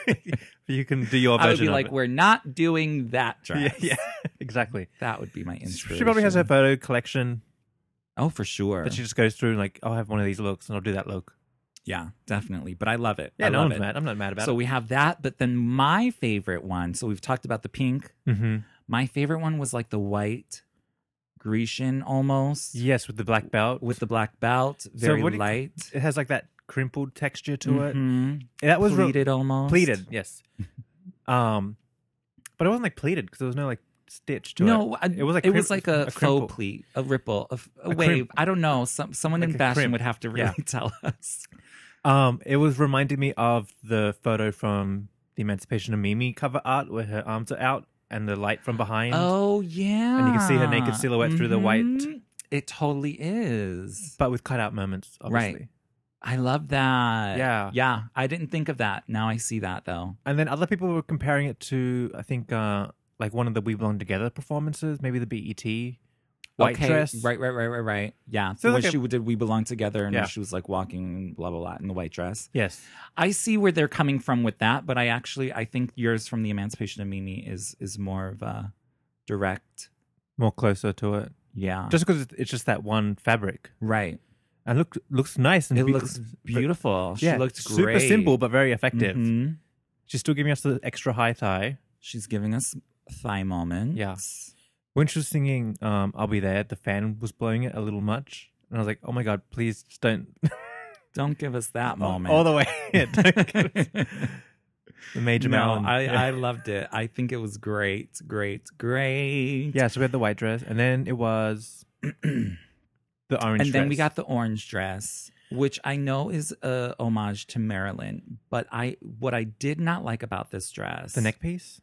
Speaker 1: you can do your
Speaker 2: I would
Speaker 1: version
Speaker 2: be
Speaker 1: of
Speaker 2: like,
Speaker 1: it.
Speaker 2: we're not doing that
Speaker 1: yeah,
Speaker 2: dress.
Speaker 1: yeah, exactly.
Speaker 2: That would be my inspiration.
Speaker 1: She probably has her photo collection
Speaker 2: Oh, for sure.
Speaker 1: that she just goes through and like, I'll have one of these looks and I'll do that look.
Speaker 2: yeah, definitely. But I love it.
Speaker 1: Yeah,
Speaker 2: I
Speaker 1: no
Speaker 2: love
Speaker 1: one's
Speaker 2: it.
Speaker 1: mad. I'm not mad about
Speaker 2: So
Speaker 1: it.
Speaker 2: we have that, but then my favorite one. So we've talked about the pink.
Speaker 1: hmm
Speaker 2: My favorite one was like the white Grecian almost
Speaker 1: Yes, with the black belt.
Speaker 2: with the black belt, very
Speaker 1: what do you-
Speaker 2: light.
Speaker 1: it has like that crimpled texture to it.
Speaker 2: Mhm.
Speaker 1: That was re-
Speaker 2: pleated almost.
Speaker 1: pleated. Yes. um, but it wasn't like pleated because there was no like stitch to it.
Speaker 2: No, I-
Speaker 1: It was like
Speaker 2: it
Speaker 1: crim-
Speaker 2: was like a,
Speaker 1: crimple.
Speaker 2: faux pleat, a ripple, a, f- a
Speaker 1: A
Speaker 2: wave.
Speaker 1: crimp.
Speaker 2: I don't know. Some someone
Speaker 1: Like
Speaker 2: in
Speaker 1: a
Speaker 2: fashion
Speaker 1: crimp.
Speaker 2: would have to really
Speaker 1: Yeah.
Speaker 2: tell us.
Speaker 1: Um, it was reminding me of the photo from the Emancipation of Mimi cover art where her arms are out and the light from behind.
Speaker 2: Oh yeah,
Speaker 1: you can see her naked silhouette through the white.
Speaker 2: Mhm. It totally is.
Speaker 1: But with cutout moments, obviously.
Speaker 2: I love that.
Speaker 1: Yeah.
Speaker 2: yeah. I didn't think of that. Now I see that though.
Speaker 1: And then other people were comparing it to, I think, uh, like one of the We Belong Together performances, maybe the BET E white dress.
Speaker 2: Right, right, right, right, right. Yeah.
Speaker 1: So
Speaker 2: So when
Speaker 1: like a-
Speaker 2: she did We Belong Together and
Speaker 1: Yeah.
Speaker 2: when she was like walking, blah, blah, blah, in the white dress.
Speaker 1: Yes.
Speaker 2: I see where they're coming from with that, but I actually, I think yours from The Emancipation of Mimi is is more of a direct.
Speaker 1: More closer to it.
Speaker 2: Yeah.
Speaker 1: Just because it's just that one fabric.
Speaker 2: right.
Speaker 1: And look looks nice and
Speaker 2: It
Speaker 1: be-
Speaker 2: looks
Speaker 1: but-
Speaker 2: beautiful. She
Speaker 1: yeah,
Speaker 2: looked great.
Speaker 1: super simple but very effective.
Speaker 2: Mhm.
Speaker 1: She's still giving us the extra high thigh.
Speaker 2: She's giving us thigh moments.
Speaker 1: Yeah. When she was singing um, I'll Be There, the fan was blowing it a little much. And I was like, oh my God, please just don't.
Speaker 2: Don't give us that moment.
Speaker 1: All the way. Don't get us- the Major
Speaker 2: no,
Speaker 1: Malin.
Speaker 2: I,
Speaker 1: yeah.
Speaker 2: I loved it. I think it was great, great, great.
Speaker 1: yeah, so we had the white dress. And then it was the orange
Speaker 2: and then we
Speaker 1: dress.
Speaker 2: got the orange dress, which I know is a homage to Marilyn, but I what I did not like about this dress,
Speaker 1: the neck piece.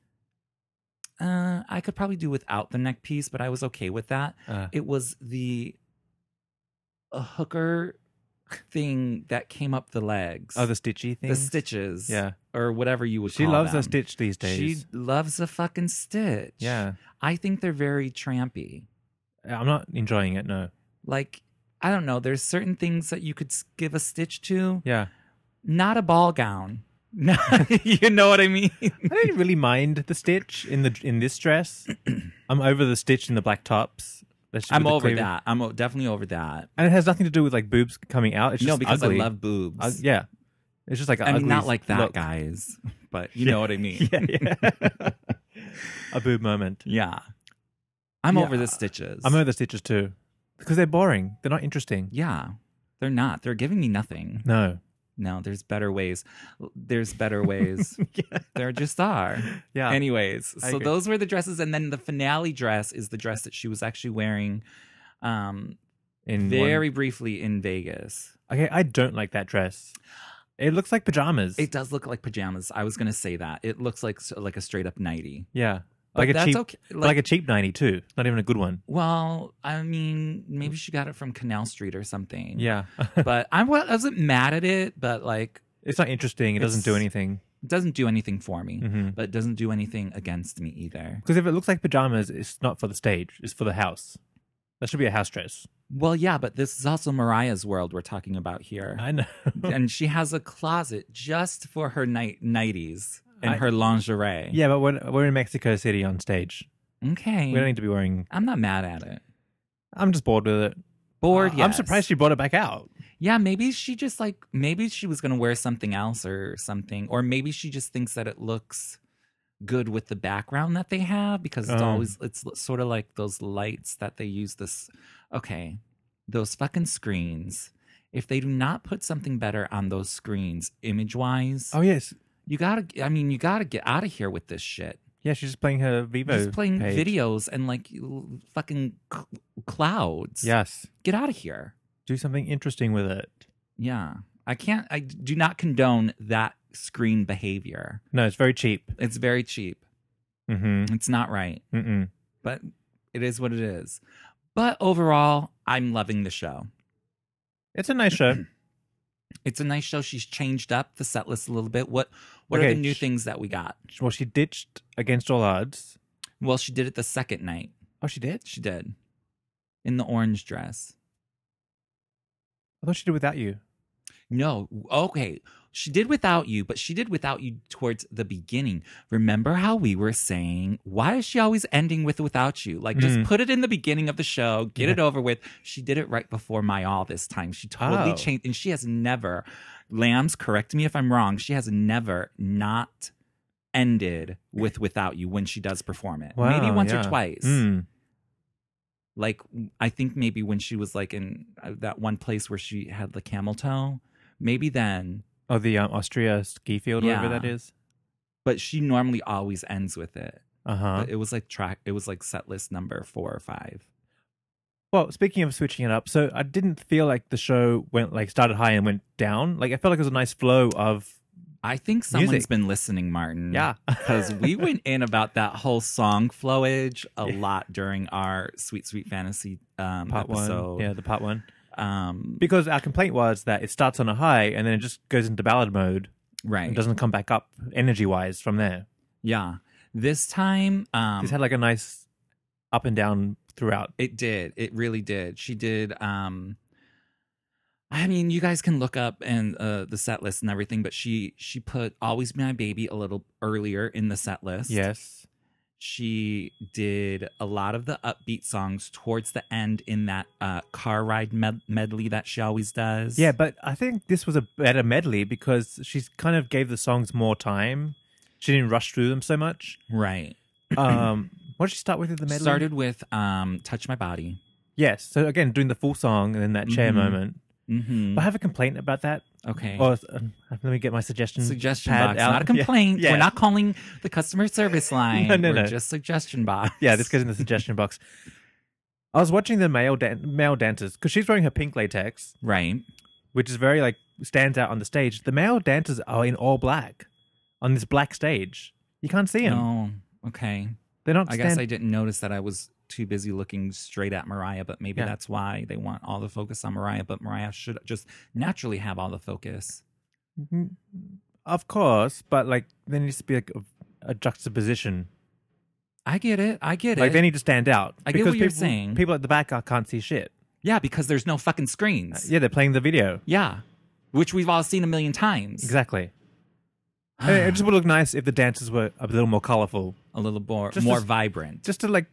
Speaker 2: Uh, I could probably do without the neck piece, but I was okay with that.
Speaker 1: Uh,
Speaker 2: It was the a hooker thing that came up the legs.
Speaker 1: oh, the stitchy thing.
Speaker 2: the stitches,
Speaker 1: Yeah.
Speaker 2: or whatever you would.
Speaker 1: She
Speaker 2: call
Speaker 1: loves
Speaker 2: them.
Speaker 1: a stitch these days.
Speaker 2: She loves a fucking stitch.
Speaker 1: yeah.
Speaker 2: I think they're very trampy.
Speaker 1: Uh, I'm not enjoying it, no.
Speaker 2: Like, I don't know. There's certain things that you could s- give a stitch to.
Speaker 1: Yeah.
Speaker 2: Not a ball gown. you know what I mean?
Speaker 1: I didn't really mind the stitch in the in this dress. I'm over the stitch in the black tops. That's
Speaker 2: I'm
Speaker 1: with the
Speaker 2: over
Speaker 1: cleavage.
Speaker 2: that. I'm o- definitely over that
Speaker 1: and it has nothing to do with like boobs coming out. It's just
Speaker 2: no, because
Speaker 1: ugly.
Speaker 2: I love boobs.
Speaker 1: Ug- yeah, it's just like an
Speaker 2: I mean,
Speaker 1: ugly
Speaker 2: not like that,
Speaker 1: look.
Speaker 2: guys. But you know what I mean.
Speaker 1: Yeah, yeah. a boob moment.
Speaker 2: Yeah. I'm
Speaker 1: Yeah.
Speaker 2: over the stitches.
Speaker 1: I'm over the stitches too because they're boring. They're not interesting.
Speaker 2: yeah. They're not. They're giving me nothing.
Speaker 1: No.
Speaker 2: No, there's better ways. There's better ways.
Speaker 1: yeah.
Speaker 2: there just are.
Speaker 1: Yeah.
Speaker 2: Anyways,
Speaker 1: I
Speaker 2: so
Speaker 1: agree.
Speaker 2: those were the dresses, and then the finale dress is the dress that she was actually wearing, um,
Speaker 1: In one-
Speaker 2: very briefly in Vegas.
Speaker 1: okay. I don't like that dress. It looks like pajamas.
Speaker 2: It does look like pajamas. I was gonna say that it looks like s- like a straight up nighty,
Speaker 1: yeah,
Speaker 2: But
Speaker 1: like a
Speaker 2: that's
Speaker 1: cheap,
Speaker 2: okay.
Speaker 1: like, a cheap ninety too. Not even a good one.
Speaker 2: well, I mean, maybe she got it from Canal Street or something.
Speaker 1: Yeah,
Speaker 2: but I wa- I wasn't mad at it, but like
Speaker 1: it's not interesting. It doesn't do
Speaker 2: It's-
Speaker 1: anything.
Speaker 2: it doesn't do anything for me,
Speaker 1: Mhm.
Speaker 2: but it doesn't do anything against me either.
Speaker 1: Because if it looks like pajamas, it's not for the stage. It's for the house. That should be a house dress.
Speaker 2: Well, yeah, but this is also Mariah's world we're talking about here.
Speaker 1: I know.
Speaker 2: and she has a closet just for her night nighties and
Speaker 1: I-
Speaker 2: her lingerie.
Speaker 1: yeah, but we're, we're in Mexico City on stage.
Speaker 2: Okay.
Speaker 1: We don't need to be wearing.
Speaker 2: I'm not mad at it.
Speaker 1: I'm just bored with it.
Speaker 2: Bored.
Speaker 1: Uh,
Speaker 2: yes.
Speaker 1: I'm surprised she brought it back out.
Speaker 2: Yeah, maybe she just like maybe she was gonna wear something else or something, or maybe she just thinks that it looks good with the background that they have because it's
Speaker 1: Um.
Speaker 2: always it's l- sort of like those lights that they use. This okay, those fucking screens. If they do not put something better on those screens, image wise,
Speaker 1: Oh yes,
Speaker 2: you gotta. I mean, you gotta get out of here with this shit.
Speaker 1: yeah. She's just playing her Vivo.
Speaker 2: Just playing
Speaker 1: page.
Speaker 2: videos and like l- fucking cl- clouds.
Speaker 1: Yes.
Speaker 2: Get out of here.
Speaker 1: Do something interesting with it.
Speaker 2: Yeah. I can't, I do not condone that screen behavior.
Speaker 1: No, it's very cheap.
Speaker 2: It's very cheap.
Speaker 1: Mm-hmm.
Speaker 2: It's not right,
Speaker 1: Mm-mm.
Speaker 2: but it is what it is. But overall, I'm loving the show.
Speaker 1: It's a nice show.
Speaker 2: It's a nice show. She's changed up the set list a little bit. What what are
Speaker 1: Okay,
Speaker 2: the new
Speaker 1: sh-
Speaker 2: things that we got?
Speaker 1: well, she ditched against all odds.
Speaker 2: Well, she did it the second night.
Speaker 1: Oh, she did.
Speaker 2: She did. In the orange dress.
Speaker 1: I thought she did without you.
Speaker 2: No, okay. She did without you, but she did without you towards the beginning. Remember how we were saying, why is she always ending with without you? Like, just
Speaker 1: Mm.
Speaker 2: put it in the beginning of the show, get
Speaker 1: Yeah.
Speaker 2: it over with. She did it right before my all this time. She totally
Speaker 1: Oh.
Speaker 2: changed, and she has never, Lambs, correct me if I'm wrong, she has never not ended with without you when she does perform it. Maybe
Speaker 1: Wow,
Speaker 2: once
Speaker 1: yeah.
Speaker 2: or twice
Speaker 1: Mm.
Speaker 2: like I think maybe when she was like in uh, that one place where she had the camel toe, maybe then.
Speaker 1: Oh, the um, Austria ski field, wherever
Speaker 2: Yeah.
Speaker 1: that is.
Speaker 2: But she normally always ends with it.
Speaker 1: Uh huh.
Speaker 2: But it was like track. It was like set list number four or five.
Speaker 1: Well, speaking of switching it up, so I didn't feel like the show went like started high and went down. Like I felt like it was a nice flow of
Speaker 2: I think someone's
Speaker 1: Music.
Speaker 2: been listening, Martin.
Speaker 1: yeah,
Speaker 2: Mm. Because we went in about that whole song flowage a lot during our Sweet Sweet Fantasy um,
Speaker 1: part
Speaker 2: episode.
Speaker 1: one, yeah, the part one.
Speaker 2: Um,
Speaker 1: Because our complaint was that it starts on a high and then it just goes into ballad mode
Speaker 2: right.
Speaker 1: and doesn't come back up energy wise from there.
Speaker 2: yeah. This time, um,
Speaker 1: It's had like a nice up and down throughout.
Speaker 2: It did. It really did. She did. Um, I mean, you guys can look up and uh, the set list and everything, but she she put "Always Be My Baby" a little earlier in the set list.
Speaker 1: Yes.
Speaker 2: she did a lot of the upbeat songs towards the end in that uh, car ride med- medley that she always does.
Speaker 1: Yeah, but I think this was a better medley because she's kind of gave the songs more time. She didn't rush through them so much.
Speaker 2: right.
Speaker 1: Um, what did she start with in the medley?
Speaker 2: Started with um, "Touch My Body."
Speaker 1: Yes. So again, doing the full song and then that chair
Speaker 2: Mhm.
Speaker 1: moment.
Speaker 2: hmm
Speaker 1: I have a complaint about that.
Speaker 2: Okay.
Speaker 1: Or um, let me get my suggestion.
Speaker 2: suggestion
Speaker 1: mm. pad
Speaker 2: box,
Speaker 1: out.
Speaker 2: not a
Speaker 1: Yeah,
Speaker 2: complaint.
Speaker 1: yeah.
Speaker 2: We're not calling the customer service line.
Speaker 1: No, no,
Speaker 2: We're
Speaker 1: no.
Speaker 2: just suggestion box.
Speaker 1: Yeah, this goes in the suggestion box. I was watching the male dan- male dancers because she's wearing her pink latex,
Speaker 2: right.
Speaker 1: which is very like stands out on the stage. The male dancers are in all black on this black stage. You can't see them.
Speaker 2: Oh, okay.
Speaker 1: They're not.
Speaker 2: I
Speaker 1: Stand-
Speaker 2: guess I didn't notice that I was too busy looking straight at Mariah, but maybe
Speaker 1: Yeah.
Speaker 2: that's why they want all the focus on Mariah. But Mariah should just naturally have all the focus.
Speaker 1: Mm, Of course, but like there needs to be like a, a juxtaposition.
Speaker 2: I get it. I get
Speaker 1: Like
Speaker 2: it.
Speaker 1: they need to stand out.
Speaker 2: I get what
Speaker 1: people,
Speaker 2: you're saying.
Speaker 1: People at the back are, can't see shit.
Speaker 2: yeah, because there's no fucking
Speaker 1: Uh,
Speaker 2: screens.
Speaker 1: Yeah, they're playing the video.
Speaker 2: Yeah. Which we've all seen a million times.
Speaker 1: Exactly. I mean, it just would look nice if the dancers were a little more colorful,
Speaker 2: A little more,
Speaker 1: Just
Speaker 2: more
Speaker 1: as-
Speaker 2: vibrant.
Speaker 1: just to like,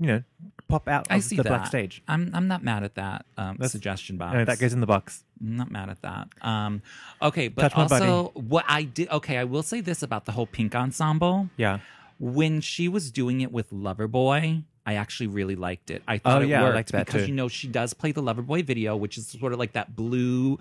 Speaker 1: you know, pop out of
Speaker 2: I see
Speaker 1: the
Speaker 2: that.
Speaker 1: black stage.
Speaker 2: I'm I'm not mad at that um,
Speaker 1: That's-
Speaker 2: suggestion box.
Speaker 1: No, that goes in the box.
Speaker 2: I'm not mad at that. Um, okay, but
Speaker 1: Touch my body.
Speaker 2: also what I did. Okay, I will say this about the whole pink ensemble.
Speaker 1: Yeah.
Speaker 2: when she was doing it with Loverboy, I actually really liked it. I thought
Speaker 1: Oh,
Speaker 2: it
Speaker 1: yeah, I
Speaker 2: worked
Speaker 1: liked that
Speaker 2: because
Speaker 1: too.
Speaker 2: you know she does play the Loverboy video, which is sort of like that blue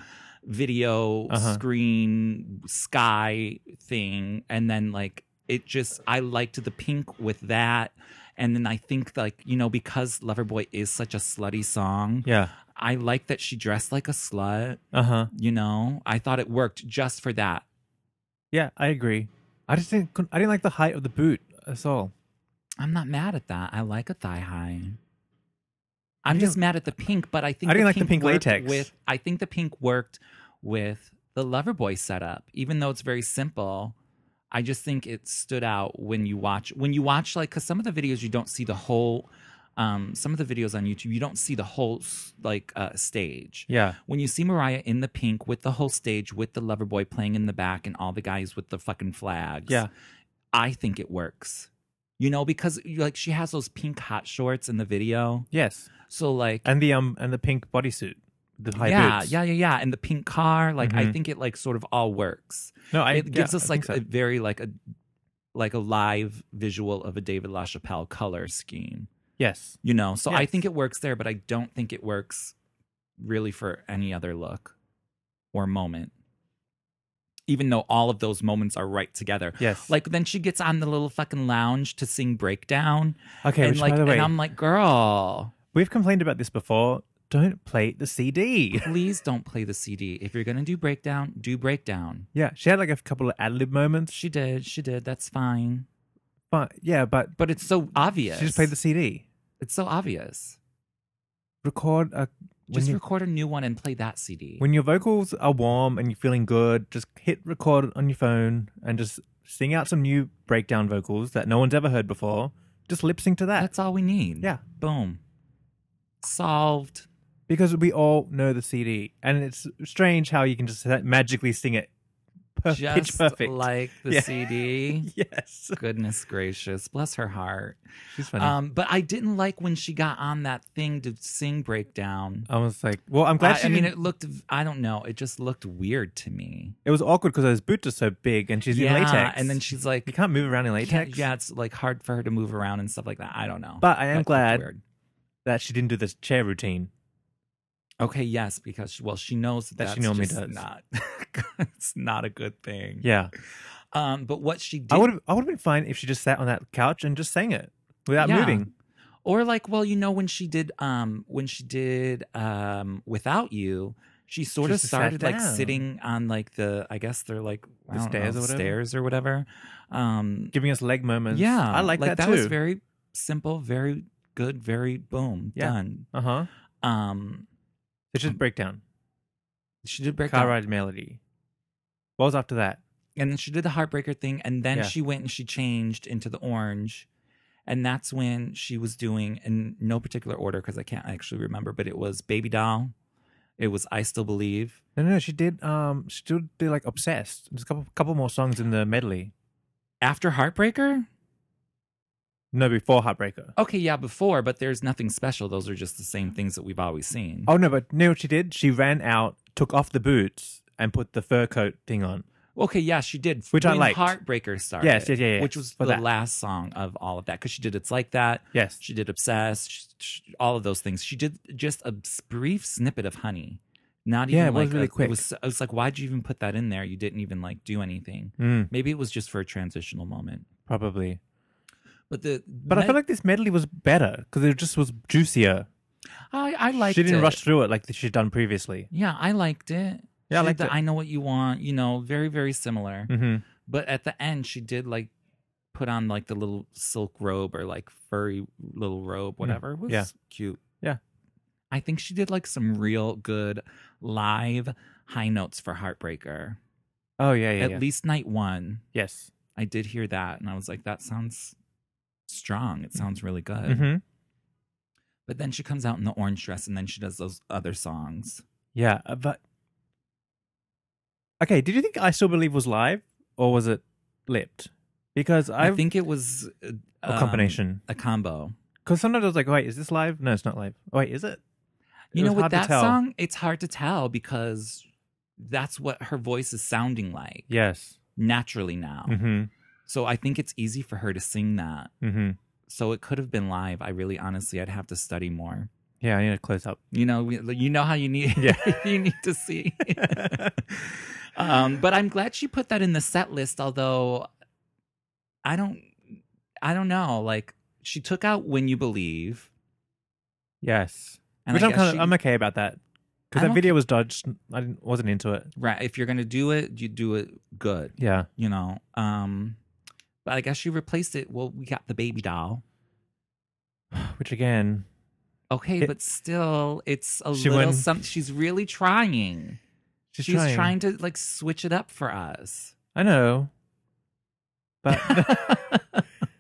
Speaker 2: video
Speaker 1: Uh-huh.
Speaker 2: screen sky thing, and then like it just I liked the pink with that, and then I think like you know because Loverboy is such a slutty song,
Speaker 1: Yeah.
Speaker 2: I like that she dressed like a slut.
Speaker 1: Uh huh.
Speaker 2: You know, I thought it worked just for that.
Speaker 1: Yeah, I agree. I just didn't. couldn't- I didn't like the height of the boot. That's all.
Speaker 2: I'm not mad at that. I like a thigh high. I'm
Speaker 1: You
Speaker 2: just mad at the pink, but I think
Speaker 1: I didn't like the pink
Speaker 2: worked
Speaker 1: latex.
Speaker 2: With I think the pink worked with the Loverboy setup, even though it's very simple. I just think it stood out when you watch when you watch like because some of the videos you don't see the whole. Um, some of the videos on YouTube you don't see the whole s- like uh, stage
Speaker 1: Yeah.
Speaker 2: when you see Mariah in the pink with the whole stage with the lover boy playing in the back and all the guys with the fucking flags.
Speaker 1: Yeah.
Speaker 2: I think it works. You know, because you- like she has those pink hot shorts in the video.
Speaker 1: Yes.
Speaker 2: So like
Speaker 1: And the um and the pink bodysuit, the high
Speaker 2: yeah,
Speaker 1: boots.
Speaker 2: yeah, yeah, yeah. And the pink car. Like I
Speaker 1: Mhm.
Speaker 2: think it like sort of all works.
Speaker 1: No, I,
Speaker 2: it gives
Speaker 1: yeah,
Speaker 2: us
Speaker 1: I
Speaker 2: like
Speaker 1: think so.
Speaker 2: a very like a like a live visual of a David LaChapelle color scheme.
Speaker 1: yes.
Speaker 2: You know, so I
Speaker 1: Yes.
Speaker 2: think it works there, but I don't think it works really for any other look or moment. Even though all of those moments are right together.
Speaker 1: Yes.
Speaker 2: Like then she gets on the little fucking lounge to sing breakdown.
Speaker 1: okay.
Speaker 2: and
Speaker 1: which,
Speaker 2: like
Speaker 1: by the way,
Speaker 2: and I'm like, girl,
Speaker 1: we've complained about this before. Don't play the CD.
Speaker 2: please don't play the CD. If you're gonna do breakdown, do breakdown.
Speaker 1: yeah, she had like a couple of ad lib moments.
Speaker 2: She did, she did, that's fine.
Speaker 1: But yeah, but
Speaker 2: But it's so obvious.
Speaker 1: she just played the CD.
Speaker 2: it's so obvious.
Speaker 1: Record a when,
Speaker 2: Just
Speaker 1: you,
Speaker 2: record a new one and play that CD.
Speaker 1: when your vocals are warm and you're feeling good. Just hit record on your phone and just sing out some new breakdown vocals that no one's ever heard before. Just lip sync to that
Speaker 2: That's all we need.
Speaker 1: Ah. Yeah.
Speaker 2: Boom. Solved.
Speaker 1: because we all know the CD, and it's strange how you can just magically sing it per- pitch
Speaker 2: Just
Speaker 1: perfect.
Speaker 2: like the
Speaker 1: Yeah.
Speaker 2: CD.
Speaker 1: yes,
Speaker 2: Goodness gracious. Bless her heart.
Speaker 1: she's funny.
Speaker 2: Um, but I didn't like when she got on that thing to sing breakdown.
Speaker 1: I was like, well, I'm glad.
Speaker 2: Um, I,
Speaker 1: she
Speaker 2: I mean,
Speaker 1: didn't-
Speaker 2: it looked, I don't know, it just looked weird to me.
Speaker 1: It was awkward because those boots are so big, and she's
Speaker 2: yeah.
Speaker 1: in latex.
Speaker 2: And then she's
Speaker 1: you
Speaker 2: like,
Speaker 1: can't move around in latex.
Speaker 2: can't- yeah, it's like hard for her to move around and stuff like that. I don't know.
Speaker 1: But I am
Speaker 2: That looked
Speaker 1: glad
Speaker 2: weird.
Speaker 1: that she didn't do this chair routine.
Speaker 2: Okay, yes, because, well, she knows that,
Speaker 1: That she
Speaker 2: that's
Speaker 1: normally
Speaker 2: just
Speaker 1: does.
Speaker 2: Not, it's not a good thing.
Speaker 1: Yeah,
Speaker 2: Um, but what she did
Speaker 1: I would. I would have been fine if she just sat on that couch and just sang it without
Speaker 2: Yeah.
Speaker 1: moving.
Speaker 2: or like well you know when she did um when she did um without you she sort
Speaker 1: Just
Speaker 2: of
Speaker 1: sat
Speaker 2: started like
Speaker 1: down.
Speaker 2: sitting on like the i guess they're like I
Speaker 1: The
Speaker 2: don't
Speaker 1: stairs
Speaker 2: know,
Speaker 1: or whatever?
Speaker 2: stairs or whatever um
Speaker 1: Giving us leg moments.
Speaker 2: yeah
Speaker 1: I like, that,
Speaker 2: that
Speaker 1: too.
Speaker 2: was very simple very good very boom
Speaker 1: Yeah.
Speaker 2: done
Speaker 1: uh huh.
Speaker 2: um
Speaker 1: It's just breakdown.
Speaker 2: she did break
Speaker 1: Car
Speaker 2: up
Speaker 1: ride melody. What was after that?
Speaker 2: and then she did the heartbreaker thing and then
Speaker 1: Yeah.
Speaker 2: she went and she changed into the orange And that's when she was doing, in no particular order, because I can't actually remember, but it was Baby Doll. It was I Still Believe.
Speaker 1: No, no, she did. Um, she still did like obsessed. There's a couple, couple more songs in the medley.
Speaker 2: After Heartbreaker?
Speaker 1: No, before Heartbreaker.
Speaker 2: Okay, yeah, before, but there's nothing special. Those are just the same things that we've always seen.
Speaker 1: Oh no, but you know what she did? She ran out, took off the boots, and put the fur coat thing on.
Speaker 2: Okay, yeah, she did.
Speaker 1: Which I
Speaker 2: when
Speaker 1: liked.
Speaker 2: Heartbreaker started.
Speaker 1: Yes, yes, yeah, yeah,
Speaker 2: Which was
Speaker 1: for
Speaker 2: the
Speaker 1: that.
Speaker 2: last song of all of that because she did It's Like That.
Speaker 1: Yes,
Speaker 2: She did Obsessed, sh sh- all of those things. She did just a s- brief snippet of Honey. Not even
Speaker 1: Yeah, it was
Speaker 2: like
Speaker 1: really
Speaker 2: a-
Speaker 1: quick.
Speaker 2: It was, I was like, why'd you even put that in there? You didn't even like do anything.
Speaker 1: mm,
Speaker 2: Maybe it was just for a transitional moment.
Speaker 1: probably.
Speaker 2: But the
Speaker 1: But I feel like this medley was better because it just was juicier.
Speaker 2: I, I liked
Speaker 1: she didn't
Speaker 2: it.
Speaker 1: rush through it like she'd done previously.
Speaker 2: Yeah, I liked it.
Speaker 1: Yeah, I
Speaker 2: She did
Speaker 1: liked
Speaker 2: the
Speaker 1: it.
Speaker 2: I know what you want. You know, very very similar.
Speaker 1: Mm-hmm.
Speaker 2: But at the end, she did like put on like the little silk robe or like furry little robe, whatever. It was
Speaker 1: Mm. Yeah.
Speaker 2: cute.
Speaker 1: Yeah.
Speaker 2: I think she did like some real good live high notes for Heartbreaker.
Speaker 1: Oh yeah, yeah,
Speaker 2: At
Speaker 1: yeah.
Speaker 2: least night one,
Speaker 1: yes.
Speaker 2: I did hear that, and I was like, that sounds strong. It sounds really good.
Speaker 1: hmm
Speaker 2: But then she comes out in the orange dress, and then she does those other songs.
Speaker 1: Yeah, uh, but okay. Did you think I still believe was live or was it lipped? Because
Speaker 2: i
Speaker 1: I've,
Speaker 2: think it was uh,
Speaker 1: a
Speaker 2: um,
Speaker 1: combination.
Speaker 2: a combo.
Speaker 1: Because sometimes I was like, wait, is this live? No, it's not live. Wait, is it? It
Speaker 2: You know,
Speaker 1: was
Speaker 2: with
Speaker 1: hard to
Speaker 2: that
Speaker 1: tell.
Speaker 2: song, it's hard to tell because that's what her voice is sounding like
Speaker 1: Yes.
Speaker 2: naturally now.
Speaker 1: Mm-hmm.
Speaker 2: So I think it's easy for her to sing that.
Speaker 1: Mm-hmm.
Speaker 2: So it could have been live. I really, honestly, I'd have to study more.
Speaker 1: Yeah, I need to close up.
Speaker 2: You know, we, you know how you need
Speaker 1: Yeah.
Speaker 2: you need to see. um, but I'm glad she put that in the set list. Although I don't, I don't know. Like she took out "When You Believe,"
Speaker 1: Yes.
Speaker 2: and
Speaker 1: Which
Speaker 2: I
Speaker 1: I'm
Speaker 2: guess
Speaker 1: kind of
Speaker 2: she-
Speaker 1: I'm okay about that because
Speaker 2: I'm
Speaker 1: that
Speaker 2: okay.
Speaker 1: video was dodged. I didn't, wasn't into it.
Speaker 2: right. If you're gonna do it, you do it good.
Speaker 1: Yeah.
Speaker 2: you know. Um, but I guess she replaced it. Well, we got the baby doll.
Speaker 1: Which again,
Speaker 2: Okay,
Speaker 1: It-
Speaker 2: but still, it's a
Speaker 1: She
Speaker 2: little
Speaker 1: went-
Speaker 2: some. She's really trying.
Speaker 1: she's,
Speaker 2: she's trying. to like switch it up for us.
Speaker 1: I know. But but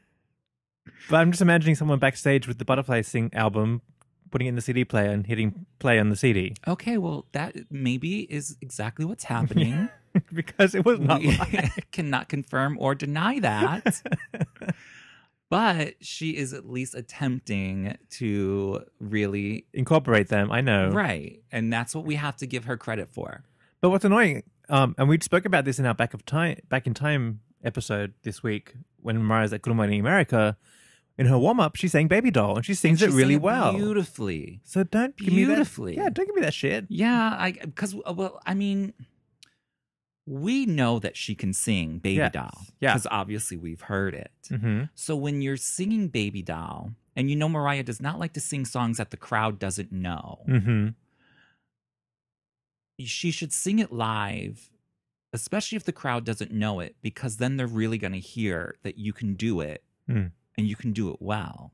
Speaker 1: I'm just imagining someone backstage with the Butterfly Sing album, putting it in the CD player and hitting play on the CD
Speaker 2: okay, well, that maybe is exactly what's happening.
Speaker 1: because it was not.
Speaker 2: we
Speaker 1: live.
Speaker 2: cannot confirm or deny that. but she is at least attempting to really
Speaker 1: Incorporate them. I know.
Speaker 2: right, and that's what we have to give her credit for.
Speaker 1: But what's annoying, um, and we spoke about this in our back of time, back in time episode this week when Mariah's at Good Morning America. In her warm up, she sang "Baby Doll" and she sings
Speaker 2: And
Speaker 1: it
Speaker 2: she
Speaker 1: really
Speaker 2: sang
Speaker 1: well.
Speaker 2: beautifully.
Speaker 1: so don't give
Speaker 2: Beautifully.
Speaker 1: me that. Yeah, don't give me that shit.
Speaker 2: Yeah, I because well, I mean, we know that she can sing "Baby
Speaker 1: Yes.
Speaker 2: Doll"
Speaker 1: Yeah.
Speaker 2: because obviously we've heard it.
Speaker 1: Mm-hmm.
Speaker 2: So when you're singing "Baby Doll," and you know Mariah does not like to sing songs that the crowd doesn't know,
Speaker 1: Mm-hmm.
Speaker 2: she should sing it live, especially if the crowd doesn't know it, because then they're really going to hear that you can do it
Speaker 1: Mm.
Speaker 2: and you can do it well.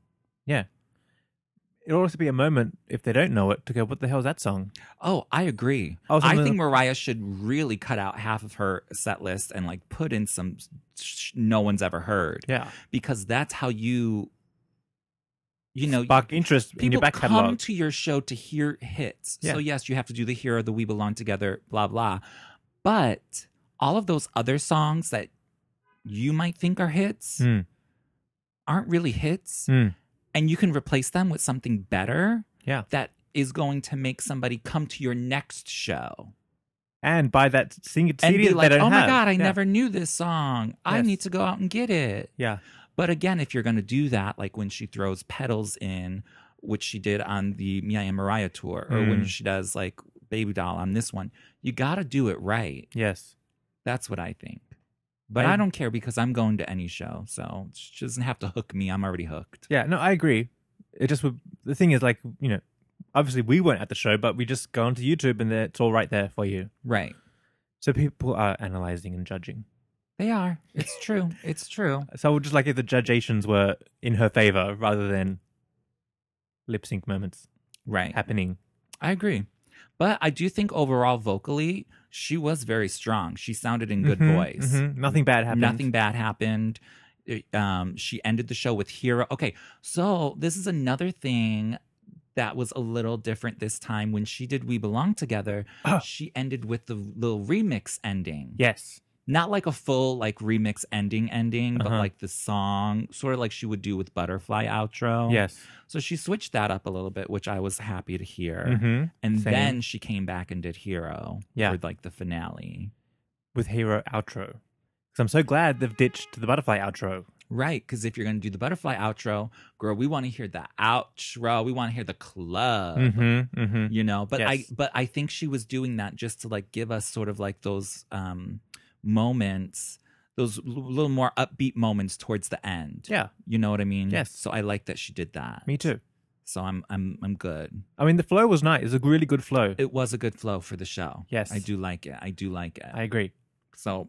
Speaker 1: It'll also be a moment if they don't know it to go, "What the hell is that song?"
Speaker 2: Oh, I agree.
Speaker 1: I
Speaker 2: I,
Speaker 1: was on the-
Speaker 2: think Mariah should really cut out half of her set list and like put in some sh- no one's ever heard
Speaker 1: Yeah,
Speaker 2: because that's how you, you know,
Speaker 1: spark interest in your
Speaker 2: people
Speaker 1: back
Speaker 2: come
Speaker 1: catalog.
Speaker 2: to your show to hear hits.
Speaker 1: Yeah.
Speaker 2: So yes, you have to do the hero, the we belong together, blah blah. But all of those other songs that you might think are hits
Speaker 1: Mm.
Speaker 2: aren't really hits,
Speaker 1: Mm.
Speaker 2: and you can replace them with something better
Speaker 1: Yeah,
Speaker 2: that is going to make somebody come to your next show
Speaker 1: and by that sing CD
Speaker 2: and be
Speaker 1: that
Speaker 2: like,
Speaker 1: they
Speaker 2: "Oh
Speaker 1: don't
Speaker 2: my
Speaker 1: have.
Speaker 2: god, I
Speaker 1: Yeah.
Speaker 2: never knew this song. I
Speaker 1: Yes.
Speaker 2: need to go out and get it."
Speaker 1: Yeah,
Speaker 2: But again, if you're going to do that, like when she throws petals in, which she did on the Mia and Mariah tour, or when
Speaker 1: Mm.
Speaker 2: she does like Baby Doll on this one, you got to do it right.
Speaker 1: yes,
Speaker 2: That's what I think. But
Speaker 1: I-
Speaker 2: I, don't care because I'm going to any show, so she doesn't have to hook me. I'm already hooked.
Speaker 1: yeah. No, I agree. It just would. The thing is, like, you know, obviously we weren't at the show, but we just go onto YouTube and it's all right there for you.
Speaker 2: Right.
Speaker 1: So people are analyzing and judging.
Speaker 2: They are. It's true. It's true.
Speaker 1: So I would just like if the judgations were in her favor rather than lip sync moments
Speaker 2: Right.
Speaker 1: happening.
Speaker 2: I agree. But I do think overall vocally, she was very strong. She sounded in good
Speaker 1: Mhm,
Speaker 2: voice.
Speaker 1: mhm. Nothing bad happened.
Speaker 2: Nothing bad happened. um, she ended the show with hero. Okay, so this is another thing that was a little different this time. When she did We Belong Together,
Speaker 1: Oh.
Speaker 2: she ended with the little remix ending.
Speaker 1: Yes.
Speaker 2: Not like a full like remix ending ending, but
Speaker 1: Uh-huh.
Speaker 2: like the song, sort of like she would do with Butterfly outro.
Speaker 1: Yes.
Speaker 2: So she switched that up a little bit, which I was happy to hear.
Speaker 1: Mm-hmm.
Speaker 2: And
Speaker 1: Same.
Speaker 2: then she came back and did Hero
Speaker 1: Yeah.
Speaker 2: for like the finale.
Speaker 1: With hero outro. Because I'm so glad they've ditched the butterfly outro.
Speaker 2: Right, because if you're going to do the butterfly outro, girl, we want to hear the outro. We want to hear the club.
Speaker 1: Mm-hmm. Mm-hmm.
Speaker 2: You know, but I
Speaker 1: Yes.
Speaker 2: but I think she was doing that just to like give us sort of like those um moments, those l- little more upbeat moments towards the end.
Speaker 1: Yeah.
Speaker 2: You know what I mean?
Speaker 1: Yes.
Speaker 2: So I like that she did that.
Speaker 1: Me too.
Speaker 2: So I'm I'm I'm good.
Speaker 1: I mean, the flow was nice. It was a really good flow.
Speaker 2: It was a good flow for the show.
Speaker 1: Yes.
Speaker 2: I do like it. I do like it.
Speaker 1: I agree.
Speaker 2: So,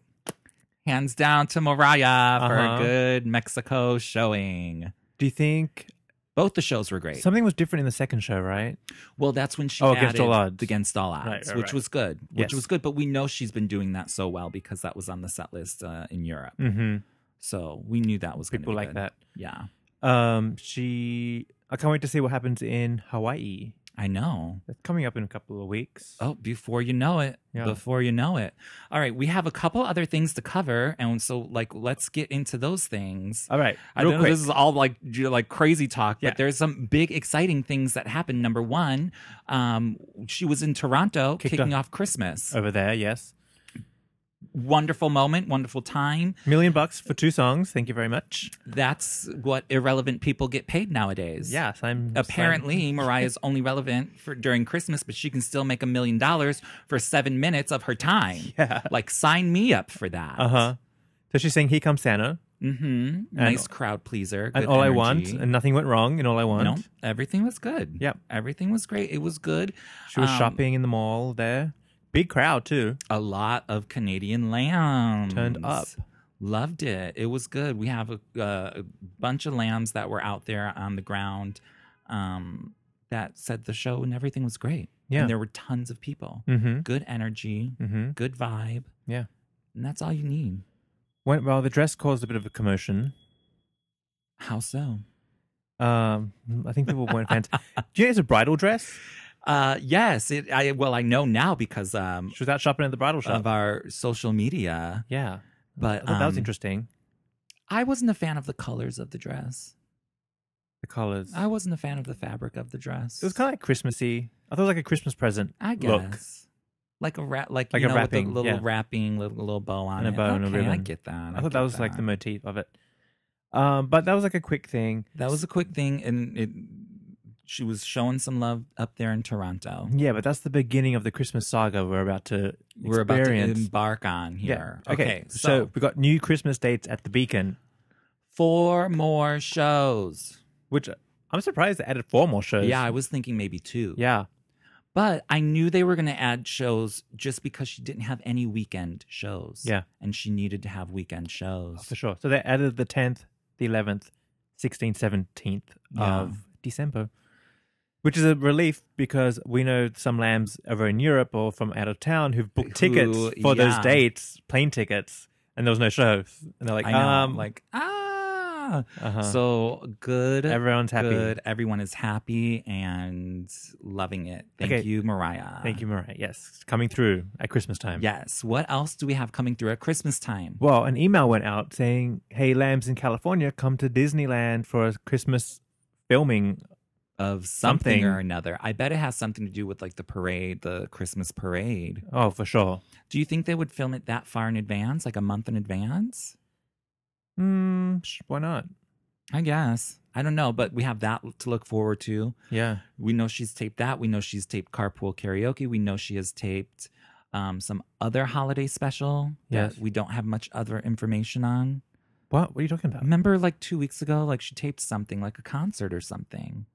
Speaker 2: hands down to Mariah for
Speaker 1: Uh-huh.
Speaker 2: a good Mexico showing.
Speaker 1: Do you think
Speaker 2: Both the shows were great.
Speaker 1: something was different in the second show, right?
Speaker 2: well, that's when she
Speaker 1: Oh,
Speaker 2: oh,
Speaker 1: Against All Odds.
Speaker 2: Against All Odds,
Speaker 1: Right, right,
Speaker 2: which
Speaker 1: right.
Speaker 2: was good, which
Speaker 1: Yes.
Speaker 2: was good. But we know she's been doing that so well because that was on the set list uh, in Europe.
Speaker 1: Mm-hmm.
Speaker 2: So we knew that was gonna
Speaker 1: People
Speaker 2: be
Speaker 1: like
Speaker 2: good.
Speaker 1: that.
Speaker 2: Yeah,
Speaker 1: Um, she. I can't wait to see what happens in Hawaii.
Speaker 2: I know.
Speaker 1: That's coming up in a couple of weeks.
Speaker 2: Oh, before you know it,
Speaker 1: Yeah.
Speaker 2: before you know it. All right, we have a couple other things to cover, and so like let's get into those things.
Speaker 1: All right,
Speaker 2: I
Speaker 1: Uh, real
Speaker 2: know
Speaker 1: quick.
Speaker 2: this is all like j- like crazy talk,
Speaker 1: Yeah.
Speaker 2: but there's some big exciting things that happened. Number one, um, she was in Toronto
Speaker 1: Kicked
Speaker 2: kicking
Speaker 1: off- Uh,
Speaker 2: off Christmas.
Speaker 1: Over there, yes.
Speaker 2: Wonderful moment, wonderful time.
Speaker 1: Million bucks for two songs. Thank you very much.
Speaker 2: That's what irrelevant people get paid nowadays.
Speaker 1: Yes, I'm
Speaker 2: Apparently, Mariah's only relevant for during Christmas, but she can still make a million dollars for seven minutes of her time.
Speaker 1: Yeah.
Speaker 2: Like, sign me up for that.
Speaker 1: Uh huh. So she's saying, "Here comes Santa,"
Speaker 2: hmm Nice crowd pleaser.
Speaker 1: and
Speaker 2: good
Speaker 1: all I
Speaker 2: energy.
Speaker 1: want, and nothing went wrong, and all I want.
Speaker 2: No, everything was good.
Speaker 1: Yep.
Speaker 2: Everything was great. It was good.
Speaker 1: She was
Speaker 2: Um,
Speaker 1: shopping in the mall there. Big crowd too.
Speaker 2: A lot of Canadian lambs.
Speaker 1: Turned up.
Speaker 2: Loved it. It was good. We have a, uh, a bunch of lambs that were out there on the ground um, that said the show and everything was great.
Speaker 1: Yeah.
Speaker 2: And there were tons of people.
Speaker 1: Mm-hmm.
Speaker 2: Good energy,
Speaker 1: Mm-hmm.
Speaker 2: good vibe.
Speaker 1: Yeah.
Speaker 2: And that's all you need.
Speaker 1: Went well. The dress caused a bit of a commotion.
Speaker 2: How so?
Speaker 1: Um, I think people weren't fans. Do you know it's a bridal dress?
Speaker 2: Uh, yes. It, I well, I know now because um,
Speaker 1: She was out shopping at the bridal shop.
Speaker 2: of our social media.
Speaker 1: yeah,
Speaker 2: Uh, But
Speaker 1: I thought that was
Speaker 2: um,
Speaker 1: interesting.
Speaker 2: I wasn't a fan of the colors of the dress.
Speaker 1: The colors.
Speaker 2: I wasn't a fan of the fabric of the dress.
Speaker 1: it was kind of like Christmassy. I thought it was like a Christmas present.
Speaker 2: I guess,
Speaker 1: look.
Speaker 2: like a wrap, like,
Speaker 1: Like
Speaker 2: you
Speaker 1: a
Speaker 2: know,
Speaker 1: wrapping,
Speaker 2: with a little
Speaker 1: yeah.
Speaker 2: wrapping, little, little bow
Speaker 1: And
Speaker 2: on
Speaker 1: a
Speaker 2: it.
Speaker 1: bow and a
Speaker 2: okay, I
Speaker 1: ribbon.
Speaker 2: get that.
Speaker 1: I thought
Speaker 2: get
Speaker 1: that was like the
Speaker 2: that.
Speaker 1: motif of it. Um, but that was like a quick thing.
Speaker 2: that was a quick thing, and it. She was showing some love up there in Toronto.
Speaker 1: Yeah, but that's the beginning of the Christmas saga we're about to
Speaker 2: We're about to
Speaker 1: experience.
Speaker 2: embark on here.
Speaker 1: Yeah. Okay. so, we got new Christmas dates at the Beacon,
Speaker 2: four more shows.
Speaker 1: which I'm surprised they added four more shows.
Speaker 2: Yeah, I was thinking maybe two.
Speaker 1: Yeah.
Speaker 2: But I knew they were going to add shows just because she didn't have any weekend shows.
Speaker 1: Yeah. Oh,
Speaker 2: And she needed to have weekend shows.
Speaker 1: For sure. So they added the 10th, the 11th, 16th, 17th
Speaker 2: Yeah.
Speaker 1: of December, which is a relief because we know some lambs over in Europe or from out of town who've booked
Speaker 2: Who-
Speaker 1: tickets for those
Speaker 2: yeah.
Speaker 1: dates, plane tickets, and there was no shows. And they're like,
Speaker 2: I know.
Speaker 1: um,
Speaker 2: like, ah.
Speaker 1: uh-huh.
Speaker 2: So good.
Speaker 1: everyone's happy.
Speaker 2: Good. Everyone is happy and loving it. Thank
Speaker 1: Okay.
Speaker 2: you, Mariah.
Speaker 1: Thank you, Mariah. Yes, coming through at Christmas time.
Speaker 2: Yes. What else do we have coming through at Christmas time?
Speaker 1: Well, an email went out saying, "Hey, lambs in California, come to Disneyland for a Christmas filming."
Speaker 2: Of something,
Speaker 1: Something.
Speaker 2: or another. I bet it has something to do with like the parade, the Christmas parade.
Speaker 1: Oh, for sure.
Speaker 2: Do you think they would film it that far in advance, like a month in advance?
Speaker 1: Hmm. sh- Why not?
Speaker 2: I guess. I don't know, but we have that to look forward to.
Speaker 1: Yeah.
Speaker 2: We know she's taped that. We know she's taped Carpool Karaoke. We know she has taped um, some other holiday special
Speaker 1: Yes.
Speaker 2: that we don't have much other information on.
Speaker 1: What? What are you talking about?
Speaker 2: Remember, like two weeks ago, like she taped something, like a concert or something.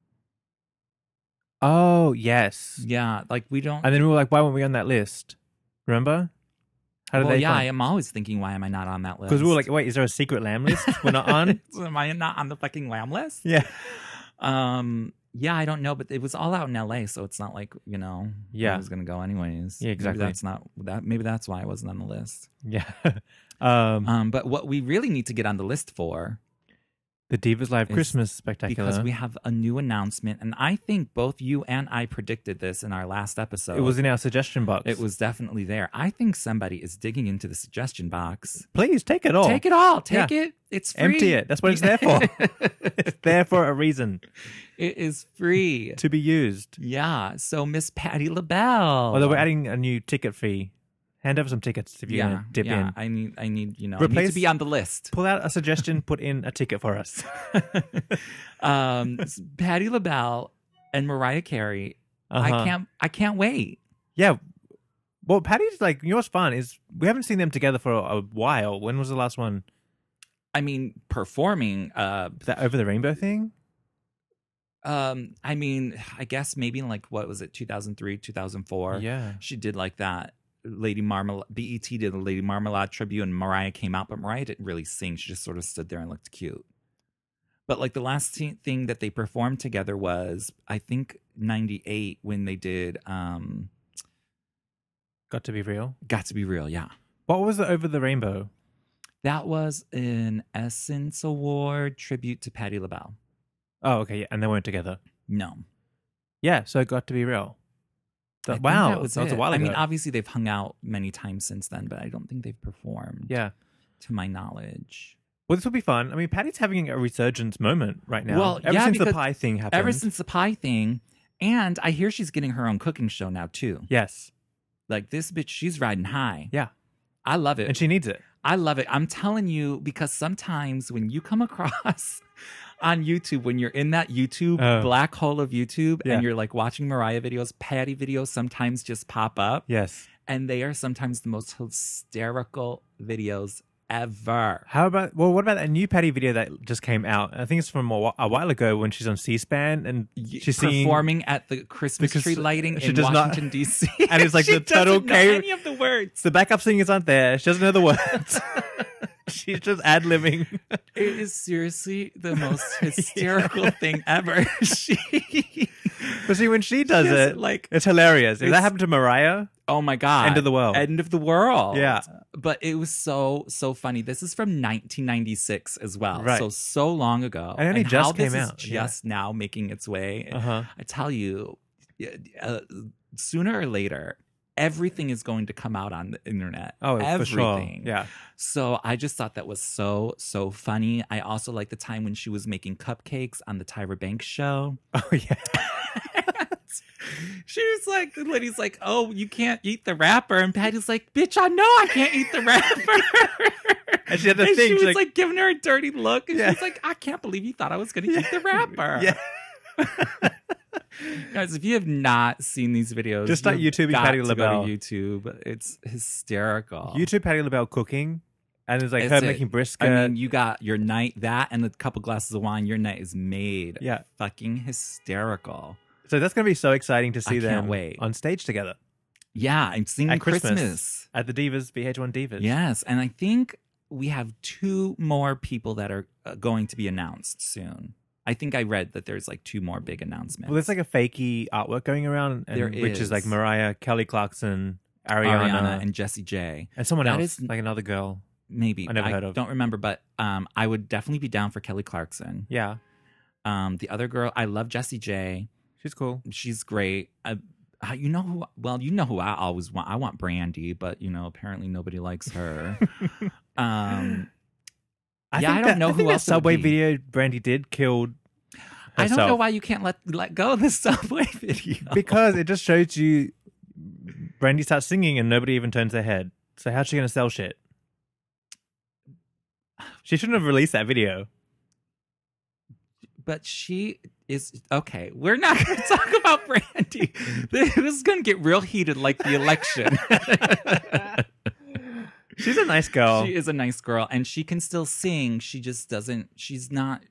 Speaker 1: Oh, yes.
Speaker 2: Yeah, like we don't.
Speaker 1: And then we were like, "Why weren't we on that list?" Remember? How did
Speaker 2: well,
Speaker 1: they?
Speaker 2: yeah, I am always thinking, why am I not on that list?
Speaker 1: Because we were like, "Wait, is there a secret lamb list we're not on?"
Speaker 2: am I not on the fucking lamb list?
Speaker 1: yeah.
Speaker 2: Um, Yeah, I don't know, but it was all out in L.A., so it's not like you know.
Speaker 1: Yeah.
Speaker 2: I was gonna go anyways.
Speaker 1: Yeah,
Speaker 2: Maybe
Speaker 1: exactly.
Speaker 2: that's not that. Maybe that's why I wasn't on the list.
Speaker 1: Yeah. um,
Speaker 2: Um, but what we really need to get on the list for,
Speaker 1: the Divas Live
Speaker 2: it's
Speaker 1: Christmas Spectacular.
Speaker 2: because we have a new announcement, and I think both you and I predicted this in our last episode.
Speaker 1: it was in our suggestion box.
Speaker 2: It was definitely there. I think somebody is digging into the suggestion box.
Speaker 1: Please take it all.
Speaker 2: Take it all. Take it. It's free.
Speaker 1: Oh, Empty it. That's what it's there for. it's there for a reason
Speaker 2: it is free.
Speaker 1: to be used.
Speaker 2: Yeah. So Miss Patty LaBelle.
Speaker 1: Although we're adding a new ticket fee. Hand over some tickets if you're
Speaker 2: yeah,
Speaker 1: going to dip
Speaker 2: yeah.
Speaker 1: in.
Speaker 2: I need. I need. You know. I need
Speaker 1: Replace-
Speaker 2: to be on the list.
Speaker 1: Pull out a suggestion, put in a ticket for us.
Speaker 2: um, Patty LaBelle and Mariah Carey. I
Speaker 1: Uh-huh.
Speaker 2: can't. I can't wait.
Speaker 1: Yeah. Well, Patty's like, yours fun is we haven't seen them together for a, a while. When was the last one?
Speaker 2: I mean, performing. Uh,
Speaker 1: That Over the Rainbow thing?
Speaker 2: um, I mean, I guess maybe like what was it, two thousand three, two thousand four.
Speaker 1: yeah.
Speaker 2: She did like that. Lady Marmalade, BET did the Lady Marmalade tribute, and Mariah came out, but Mariah didn't really sing. She just sort of stood there and looked cute. But like the last t- thing that they performed together was, I think, 98 when they did um,
Speaker 1: Got to be real.
Speaker 2: Got to Be Real. Yeah.
Speaker 1: What was the Over the Rainbow?
Speaker 2: That was an Essence Award tribute to Patti LaBelle.
Speaker 1: Oh, okay. Yeah. And they weren't together.
Speaker 2: No.
Speaker 1: Yeah. So Got to be real.
Speaker 2: I
Speaker 1: Th-
Speaker 2: think
Speaker 1: wow.
Speaker 2: That was,
Speaker 1: that was a
Speaker 2: it.
Speaker 1: while
Speaker 2: I
Speaker 1: ago.
Speaker 2: mean, obviously they've hung out many times since then, but I don't think they've performed
Speaker 1: yeah.
Speaker 2: to my knowledge.
Speaker 1: Well, this will be fun. I mean, Patty's having a resurgence moment right now.
Speaker 2: Well,
Speaker 1: ever
Speaker 2: yeah,
Speaker 1: since the
Speaker 2: because-
Speaker 1: pie thing happened.
Speaker 2: Ever since the pie thing, and I hear she's getting her own cooking show now too.
Speaker 1: Yes.
Speaker 2: Like this bitch, she's riding high.
Speaker 1: Yeah.
Speaker 2: I love it.
Speaker 1: And she needs it.
Speaker 2: I love it. I'm telling you because sometimes when you come across on YouTube, when you're in that YouTube
Speaker 1: Oh.
Speaker 2: black hole of YouTube,
Speaker 1: Yeah.
Speaker 2: and you're like watching Mariah videos, Patty videos sometimes just pop up,
Speaker 1: Yes.
Speaker 2: and they are sometimes the most hysterical videos ever.
Speaker 1: How about well? What about that new Patty video that just came out? I think it's from a, wh- a while ago when she's on C-SPAN and she's singing.
Speaker 2: performing at the Christmas
Speaker 1: Because
Speaker 2: tree lighting
Speaker 1: she
Speaker 2: in
Speaker 1: does not-
Speaker 2: Washington D.C.
Speaker 1: And it's like
Speaker 2: she
Speaker 1: the title
Speaker 2: doesn't know
Speaker 1: came-
Speaker 2: any of the words.
Speaker 1: The backup singers aren't there. She doesn't know the words. she's just ad libbing.
Speaker 2: It is seriously the most hysterical thing ever. she
Speaker 1: But see, when she does
Speaker 2: Yes,
Speaker 1: it,
Speaker 2: like-
Speaker 1: it's hilarious. If that
Speaker 2: It's-
Speaker 1: happened to Mariah,
Speaker 2: Oh my god.
Speaker 1: End of the world.
Speaker 2: End of the world.
Speaker 1: Yeah.
Speaker 2: But it was so so funny. This is from 1996 as well.
Speaker 1: Right.
Speaker 2: So so long ago.
Speaker 1: And it only just
Speaker 2: how this
Speaker 1: came
Speaker 2: is
Speaker 1: out, yeah.
Speaker 2: just now making its way.
Speaker 1: Uh-huh.
Speaker 2: I tell you uh, sooner or later everything is going to come out on the internet.
Speaker 1: oh, for
Speaker 2: everything.
Speaker 1: sure, yeah,
Speaker 2: So I just thought that was so so funny. I also like the time when she was making cupcakes on the Tyra Banks show.
Speaker 1: oh yeah,
Speaker 2: she was like, the lady's like, oh, you can't eat the wrapper. And Patty's like, bitch, I know I can't eat the wrapper.
Speaker 1: And she had to
Speaker 2: And
Speaker 1: think,
Speaker 2: was
Speaker 1: she's
Speaker 2: like,
Speaker 1: like-
Speaker 2: giving her a dirty look. And
Speaker 1: Yeah.
Speaker 2: she's like, I can't believe you thought I was going to eat the wrapper.
Speaker 1: yeah.
Speaker 2: Guys, if you have not seen these videos,
Speaker 1: Just start
Speaker 2: you've
Speaker 1: YouTubing
Speaker 2: got
Speaker 1: Patti
Speaker 2: to go
Speaker 1: LaBelle.
Speaker 2: to YouTube. It's hysterical.
Speaker 1: YouTube Patty LaBelle cooking, and it's like
Speaker 2: It's
Speaker 1: her
Speaker 2: it.
Speaker 1: making brisket.
Speaker 2: I mean, you got your night that and a couple glasses of wine. Your night is made.
Speaker 1: Yeah.
Speaker 2: fucking hysterical.
Speaker 1: so that's gonna be so exciting to see
Speaker 2: can't
Speaker 1: them
Speaker 2: wait.
Speaker 1: on stage together
Speaker 2: Yeah, I'm singing
Speaker 1: At Christmas.
Speaker 2: Christmas.
Speaker 1: at the Divas VH1 Divas.
Speaker 2: Yes, and I think we have two more people that are uh, going to be announced soon. I think I read that there's like two more big announcements.
Speaker 1: Well, there's like a fakey artwork going around, and,
Speaker 2: There
Speaker 1: which is.
Speaker 2: is.
Speaker 1: like Mariah, Kelly Clarkson, Ariana,
Speaker 2: Ariana,
Speaker 1: and,
Speaker 2: and Jesse J.
Speaker 1: someone
Speaker 2: that
Speaker 1: else,
Speaker 2: is-
Speaker 1: like another girl.
Speaker 2: Maybe
Speaker 1: I never heard of.
Speaker 2: Don't remember, but um, I would definitely be down for Kelly Clarkson.
Speaker 1: Yeah,
Speaker 2: Um, the other girl, I love Jesse J.
Speaker 1: she's cool.
Speaker 2: she's great. I, I, you know who? Well, you know who I always want. I want Brandy, but you know, apparently nobody likes her. um, Yeah, I don't know
Speaker 1: I
Speaker 2: who
Speaker 1: think that
Speaker 2: else it would
Speaker 1: Subway
Speaker 2: be.
Speaker 1: video Brandy did killed.
Speaker 2: I don't know
Speaker 1: herself.
Speaker 2: why you can't let let go of the subway video.
Speaker 1: because it just shows you Brandy starts singing and nobody even turns their head. So how's she gonna sell shit? She shouldn't have released that video.
Speaker 2: but she is okay. We're not going to talk about Brandy. This is going to get real heated, like the election.
Speaker 1: She's a nice girl.
Speaker 2: She is a nice girl, and she can still sing. She just doesn't. She's not.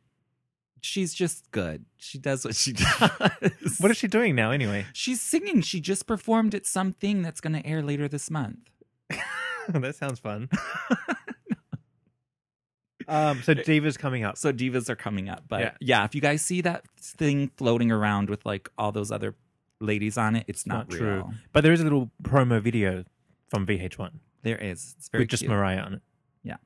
Speaker 2: She's just good. She does what she does.
Speaker 1: what is she doing now anyway?
Speaker 2: She's singing. She just performed at something that's going to air later this month.
Speaker 1: that sounds fun. Um, so Diva's coming up.
Speaker 2: So divas are coming up. But
Speaker 1: Yeah.
Speaker 2: yeah. if you guys see that thing floating around with like all those other ladies on it, it's
Speaker 1: Not
Speaker 2: not,
Speaker 1: true.
Speaker 2: true.
Speaker 1: But there is a little promo video from VH1
Speaker 2: There is. It's very
Speaker 1: with just
Speaker 2: cute.
Speaker 1: Mariah on it.
Speaker 2: Yeah.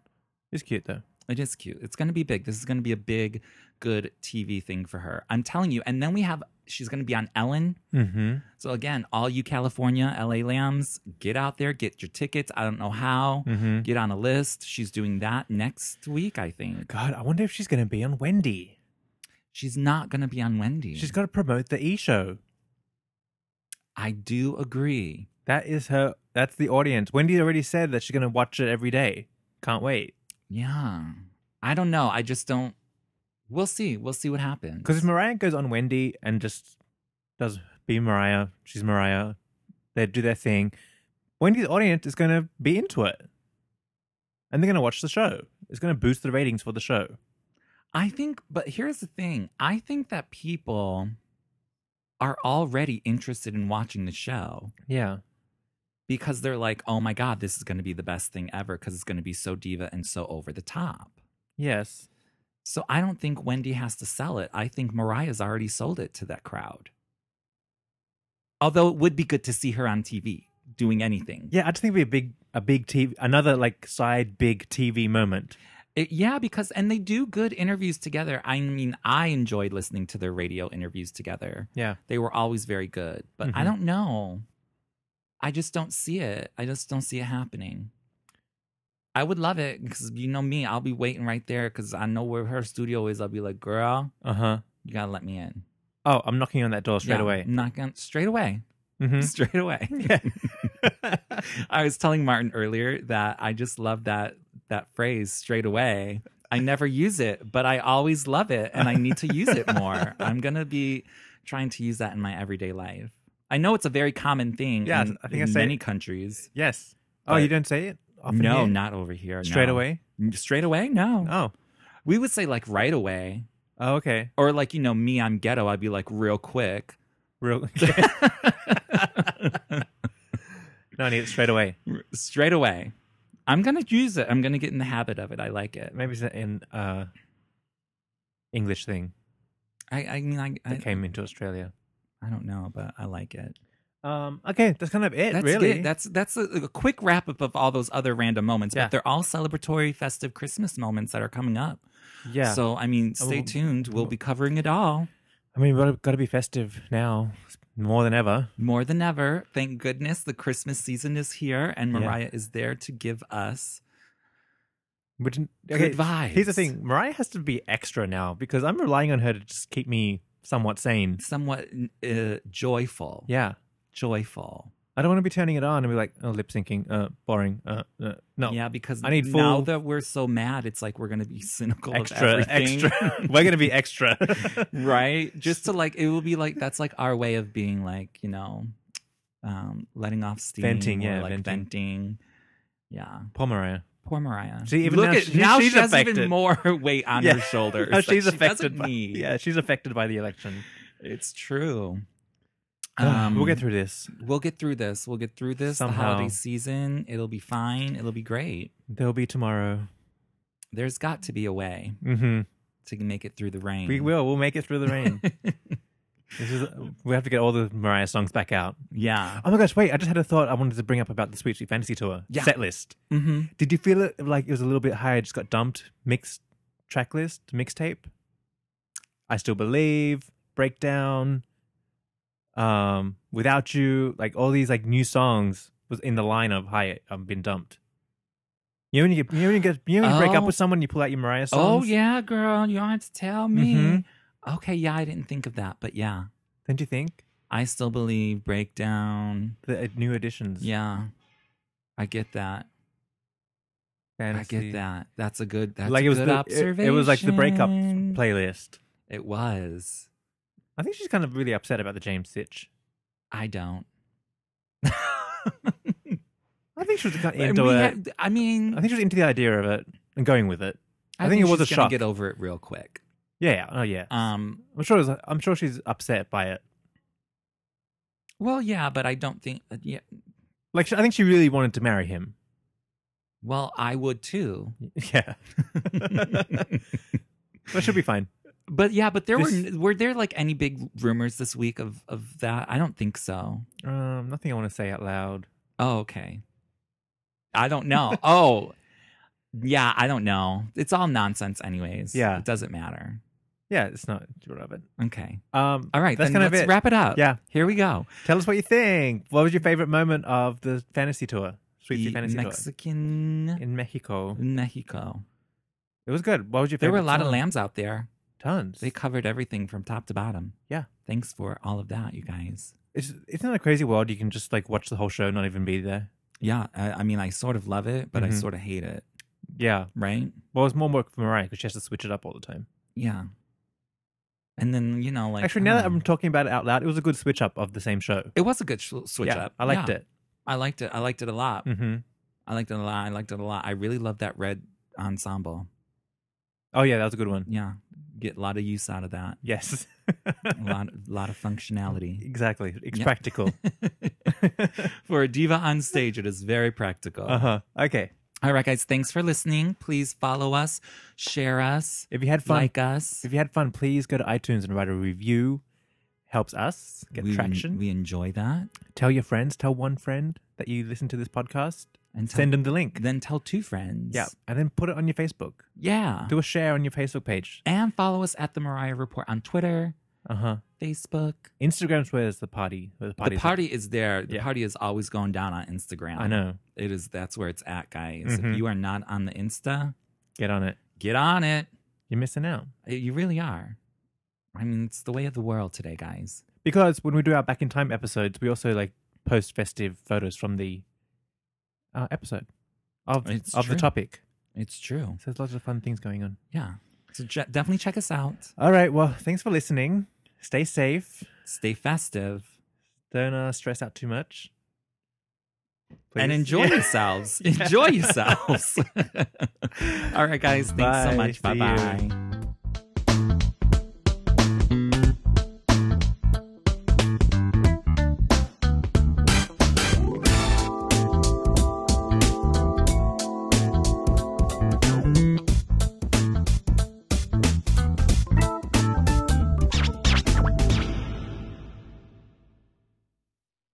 Speaker 1: It's cute though.
Speaker 2: It is cute. It's going to be big. This is going to be a big, good TV thing for her. I'm telling you. And then we have, she's going to be on Ellen.
Speaker 1: Mm-hmm.
Speaker 2: So again, all you California LA lambs, get out there, get your tickets. I don't know how.
Speaker 1: Mm-hmm.
Speaker 2: Get on a list. She's doing that next week, I think.
Speaker 1: God, I wonder if she's going to be on Wendy.
Speaker 2: She's not going to be on Wendy.
Speaker 1: She's got to promote the E show.
Speaker 2: I do agree.
Speaker 1: That is her. That's the audience. Wendy already said that she's going to watch it every day. Can't wait.
Speaker 2: Yeah. I don't know. I just don't. We'll see. We'll see what happens.
Speaker 1: Because if Mariah goes on Wendy and just does be Mariah, she's Mariah. They do their thing. Wendy's audience is going to be into it, and they're going to watch the show. It's going to boost the ratings for the show.
Speaker 2: I think, but here's the thing I think that people are already interested in watching the show
Speaker 1: Yeah.
Speaker 2: because they're like, oh my God, this is going to be the best thing ever because it's going to be so diva and so over the top.
Speaker 1: Yes.
Speaker 2: So I don't think Wendy has to sell it. I think Mariah's already sold it to that crowd. Although it would be good to see her on TV doing anything.
Speaker 1: Yeah, I just think it'd be a big, a big TV, another like side big TV moment.
Speaker 2: It- yeah, because and they do good interviews together. I mean, I enjoyed listening to their radio interviews together.
Speaker 1: Yeah.
Speaker 2: They were always very good, but I
Speaker 1: Mhm.
Speaker 2: don't know. I just don't see it. I just don't see it happening. I would love it because you know me, I'll be waiting right there because I know where her studio is. I'll be like, girl,
Speaker 1: Uh huh.
Speaker 2: you gotta let me in
Speaker 1: Oh, I'm knocking on that door straight
Speaker 2: Yeah,
Speaker 1: away.
Speaker 2: Knock on straight away,
Speaker 1: Mm-hmm.
Speaker 2: straight away. I was telling Martin earlier that I just love that that phrase straight away. I never use it, but I always love it and I need to use it more. I'm going to be trying to use that in my everyday life. I know it's a very common thing
Speaker 1: Yeah,
Speaker 2: in,
Speaker 1: I think I
Speaker 2: in
Speaker 1: say-
Speaker 2: many countries.
Speaker 1: Yes. Oh,
Speaker 2: But-
Speaker 1: you don't say it? Often
Speaker 2: no,
Speaker 1: here?
Speaker 2: not over here.
Speaker 1: straight
Speaker 2: no.
Speaker 1: away.
Speaker 2: Straight away? No.
Speaker 1: Oh.
Speaker 2: We would say like right away
Speaker 1: Oh, okay.
Speaker 2: or like you know me I'm ghetto, I'd be like real quick.
Speaker 1: Real. no, I need it straight away.
Speaker 2: straight away. I'm going to use it. I'm going to get in the habit of it. I like it.
Speaker 1: Maybe it's an uh, English thing
Speaker 2: I, I mean, I,
Speaker 1: that
Speaker 2: I,
Speaker 1: came into Australia.
Speaker 2: I don't know, but I like it.
Speaker 1: Um. Okay, that's kind of it.
Speaker 2: That's
Speaker 1: really.
Speaker 2: it. That's that's a, a quick wrap up of all those other random moments,
Speaker 1: Yeah.
Speaker 2: but they're all celebratory, festive Christmas moments that are coming up.
Speaker 1: yeah.
Speaker 2: So I mean,
Speaker 1: Oh,
Speaker 2: stay
Speaker 1: well,
Speaker 2: tuned. We'll
Speaker 1: well.
Speaker 2: be covering it all
Speaker 1: I mean, we've got to be festive now more than ever.
Speaker 2: more than ever. Thank goodness the Christmas season is here, and
Speaker 1: Yeah.
Speaker 2: Mariah is there to give us
Speaker 1: Which
Speaker 2: good vibes.
Speaker 1: Here's the thing: Mariah has to be extra now because I'm relying on her to just keep me somewhat sane.
Speaker 2: somewhat uh, joyful,
Speaker 1: Yeah,
Speaker 2: joyful.
Speaker 1: I don't want to be turning it on and be like, oh, lip syncing, uh, boring. Uh, uh no,
Speaker 2: Yeah, because
Speaker 1: I need
Speaker 2: now
Speaker 1: full-
Speaker 2: that we're so mad, it's like we're gonna be cynical of
Speaker 1: extra,
Speaker 2: everything.
Speaker 1: extra. We're gonna be extra.
Speaker 2: right just to like it will be like that's like our way of being like you know um letting off steam
Speaker 1: Venting,
Speaker 2: or,
Speaker 1: yeah,
Speaker 2: like
Speaker 1: venting.
Speaker 2: venting. yeah
Speaker 1: Paul Mariah.
Speaker 2: poor mariah
Speaker 1: See, even
Speaker 2: look
Speaker 1: now
Speaker 2: at
Speaker 1: she-
Speaker 2: now
Speaker 1: she's
Speaker 2: she has
Speaker 1: affected.
Speaker 2: even more weight on
Speaker 1: Yeah.
Speaker 2: her shoulders
Speaker 1: Oh,
Speaker 2: that
Speaker 1: she's
Speaker 2: she doesn't
Speaker 1: affected by
Speaker 2: need.
Speaker 1: yeah, she's affected by the election.
Speaker 2: it's true Um,
Speaker 1: we'll get through this.
Speaker 2: we'll get through this we'll get through this the
Speaker 1: Somehow.
Speaker 2: holiday season it'll be fine it'll be great
Speaker 1: There'll be tomorrow.
Speaker 2: there's got to be a way
Speaker 1: hmm
Speaker 2: to make it through the rain
Speaker 1: We will. We'll make it through the rain. this is. We have to get all the Mariah songs back out.
Speaker 2: yeah
Speaker 1: Oh my gosh! Wait, I just had a thought I wanted to bring up about the Sweet Sweet Fantasy Tour
Speaker 2: Yeah.
Speaker 1: set list.
Speaker 2: hmm
Speaker 1: Did you feel it like it was a little bit higher? Just got dumped. Mixed track list, mixtape. I still believe breakdown. Um, without you, like all these like new songs was in the line of high. I've been dumped. You know when you get, you know when you get, you know when you break up
Speaker 2: Oh.
Speaker 1: with someone, you pull out your Mariah songs.
Speaker 2: Oh yeah, girl, you don't have to tell me.
Speaker 1: Mhm.
Speaker 2: Okay, yeah, I didn't think of that, but yeah,
Speaker 1: Don't you think
Speaker 2: I still believe breakdown.
Speaker 1: the uh, new additions?
Speaker 2: Yeah, I get that. I
Speaker 1: Fantasy.
Speaker 2: get that. That's a good. That's
Speaker 1: like
Speaker 2: a
Speaker 1: it was
Speaker 2: good
Speaker 1: the, it,
Speaker 2: observation.
Speaker 1: it was like the breakup playlist.
Speaker 2: It was.
Speaker 1: I think she's kind of really upset about the James Sitch.
Speaker 2: I don't.
Speaker 1: I think she was kind of
Speaker 2: And
Speaker 1: into
Speaker 2: we
Speaker 1: it.
Speaker 2: had- I mean,
Speaker 1: I think she was into the idea of it and going with it. I think it was
Speaker 2: she's
Speaker 1: a
Speaker 2: gonna
Speaker 1: shock.
Speaker 2: Get over it real quick.
Speaker 1: Yeah, yeah. Oh, yeah.
Speaker 2: Um.
Speaker 1: I'm sure. It was, I'm sure she's upset by it.
Speaker 2: Well, yeah, but I don't think. Yeah,
Speaker 1: Like, she, I think she really wanted to marry him.
Speaker 2: Well, I would too.
Speaker 1: Yeah, that should be fine.
Speaker 2: but yeah, but there
Speaker 1: This-
Speaker 2: were were there like any big rumors this week of of that? I don't think so.
Speaker 1: Um, nothing I want to say out loud.
Speaker 2: Oh, okay. I don't know. oh, yeah, I don't know. It's all nonsense, anyways.
Speaker 1: Yeah.
Speaker 2: it doesn't matter.
Speaker 1: Yeah, it's not relevant.
Speaker 2: Okay.
Speaker 1: Um,
Speaker 2: All right.
Speaker 1: that's
Speaker 2: then
Speaker 1: kind of
Speaker 2: let's
Speaker 1: it.
Speaker 2: Wrap it up.
Speaker 1: Yeah.
Speaker 2: Here we go.
Speaker 1: Tell us what you think. What was your favorite moment of the fantasy tour, Sweet Tea
Speaker 2: The
Speaker 1: Fantasy
Speaker 2: Mexican
Speaker 1: Tour in Mexico?
Speaker 2: in Mexico.
Speaker 1: It was good. What was your favorite?
Speaker 2: There were a lot of
Speaker 1: song?
Speaker 2: lambs out there.
Speaker 1: Tons.
Speaker 2: They covered everything from top to bottom.
Speaker 1: Yeah.
Speaker 2: Thanks for all of that, you guys.
Speaker 1: It's it's not a crazy world. You can just like watch the whole show, and not even be there.
Speaker 2: Yeah. I, I mean, I sort of love it, but I
Speaker 1: Mhm.
Speaker 2: sort of hate it.
Speaker 1: Yeah.
Speaker 2: Right.
Speaker 1: Well, it's more work for Mariah because she has to switch it up all the time.
Speaker 2: Yeah. And then you know, like hmm. um,
Speaker 1: Actually,
Speaker 2: I
Speaker 1: now that
Speaker 2: don't know.
Speaker 1: I'm talking about it out loud, it was a good switch up of the same show.
Speaker 2: it was a good sh- switch
Speaker 1: yeah,
Speaker 2: up.
Speaker 1: I liked it.
Speaker 2: I liked it. I liked it a lot.
Speaker 1: hmm
Speaker 2: I liked it a lot. I liked it a lot. I really love that red ensemble.
Speaker 1: Oh yeah, that was a good one.
Speaker 2: Yeah, get a lot of use out of that.
Speaker 1: Yes.
Speaker 2: A lot, a lot of functionality.
Speaker 1: exactly. It's
Speaker 2: Mm. Yeah.
Speaker 1: practical.
Speaker 2: For a diva on stage, it is very practical.
Speaker 1: uh huh. Okay.
Speaker 2: All right, guys, thanks for listening. Please follow us, share us,
Speaker 1: If you had fun,
Speaker 2: like us.
Speaker 1: if you had fun, please go to iTunes and write a review. Helps us get
Speaker 2: we,
Speaker 1: traction.
Speaker 2: We enjoy that.
Speaker 1: tell your friends. Tell one friend that you listen to this podcast.
Speaker 2: And tell,
Speaker 1: Send them the link.
Speaker 2: then tell two friends.
Speaker 1: yeah, and then put it on your Facebook.
Speaker 2: Yeah.
Speaker 1: Do a share on your Facebook page.
Speaker 2: And follow us at the Mariah Report on Twitter,
Speaker 1: Uh huh.
Speaker 2: Facebook.
Speaker 1: Instagram's where's the party. Where the party.
Speaker 2: the party is there. The
Speaker 1: Yeah.
Speaker 2: party is always going down on Instagram.
Speaker 1: I know.
Speaker 2: It is that's where it's at, guys.
Speaker 1: Mhm.
Speaker 2: If you are not on the Insta,
Speaker 1: Get on it.
Speaker 2: get on it.
Speaker 1: You're missing out.
Speaker 2: Eh, You really are. I mean, it's the way of the world today, guys.
Speaker 1: because when we do our back in time episodes, we also like post festive photos from the uh, episode of
Speaker 2: It's
Speaker 1: of
Speaker 2: true.
Speaker 1: the topic.
Speaker 2: It's true.
Speaker 1: So there's lots of fun things going on.
Speaker 2: Yeah. So je- definitely check us out.
Speaker 1: All right, well, thanks for listening. Stay safe.
Speaker 2: Stay festive
Speaker 1: Don't uh, stress out too much.
Speaker 2: and
Speaker 1: Please.
Speaker 2: enjoy
Speaker 1: Yeah.
Speaker 2: yourselves. Enjoy yourselves. All right, guys. Thanks
Speaker 1: Bye.
Speaker 2: so much.
Speaker 1: See
Speaker 2: Bye
Speaker 1: you.
Speaker 2: bye.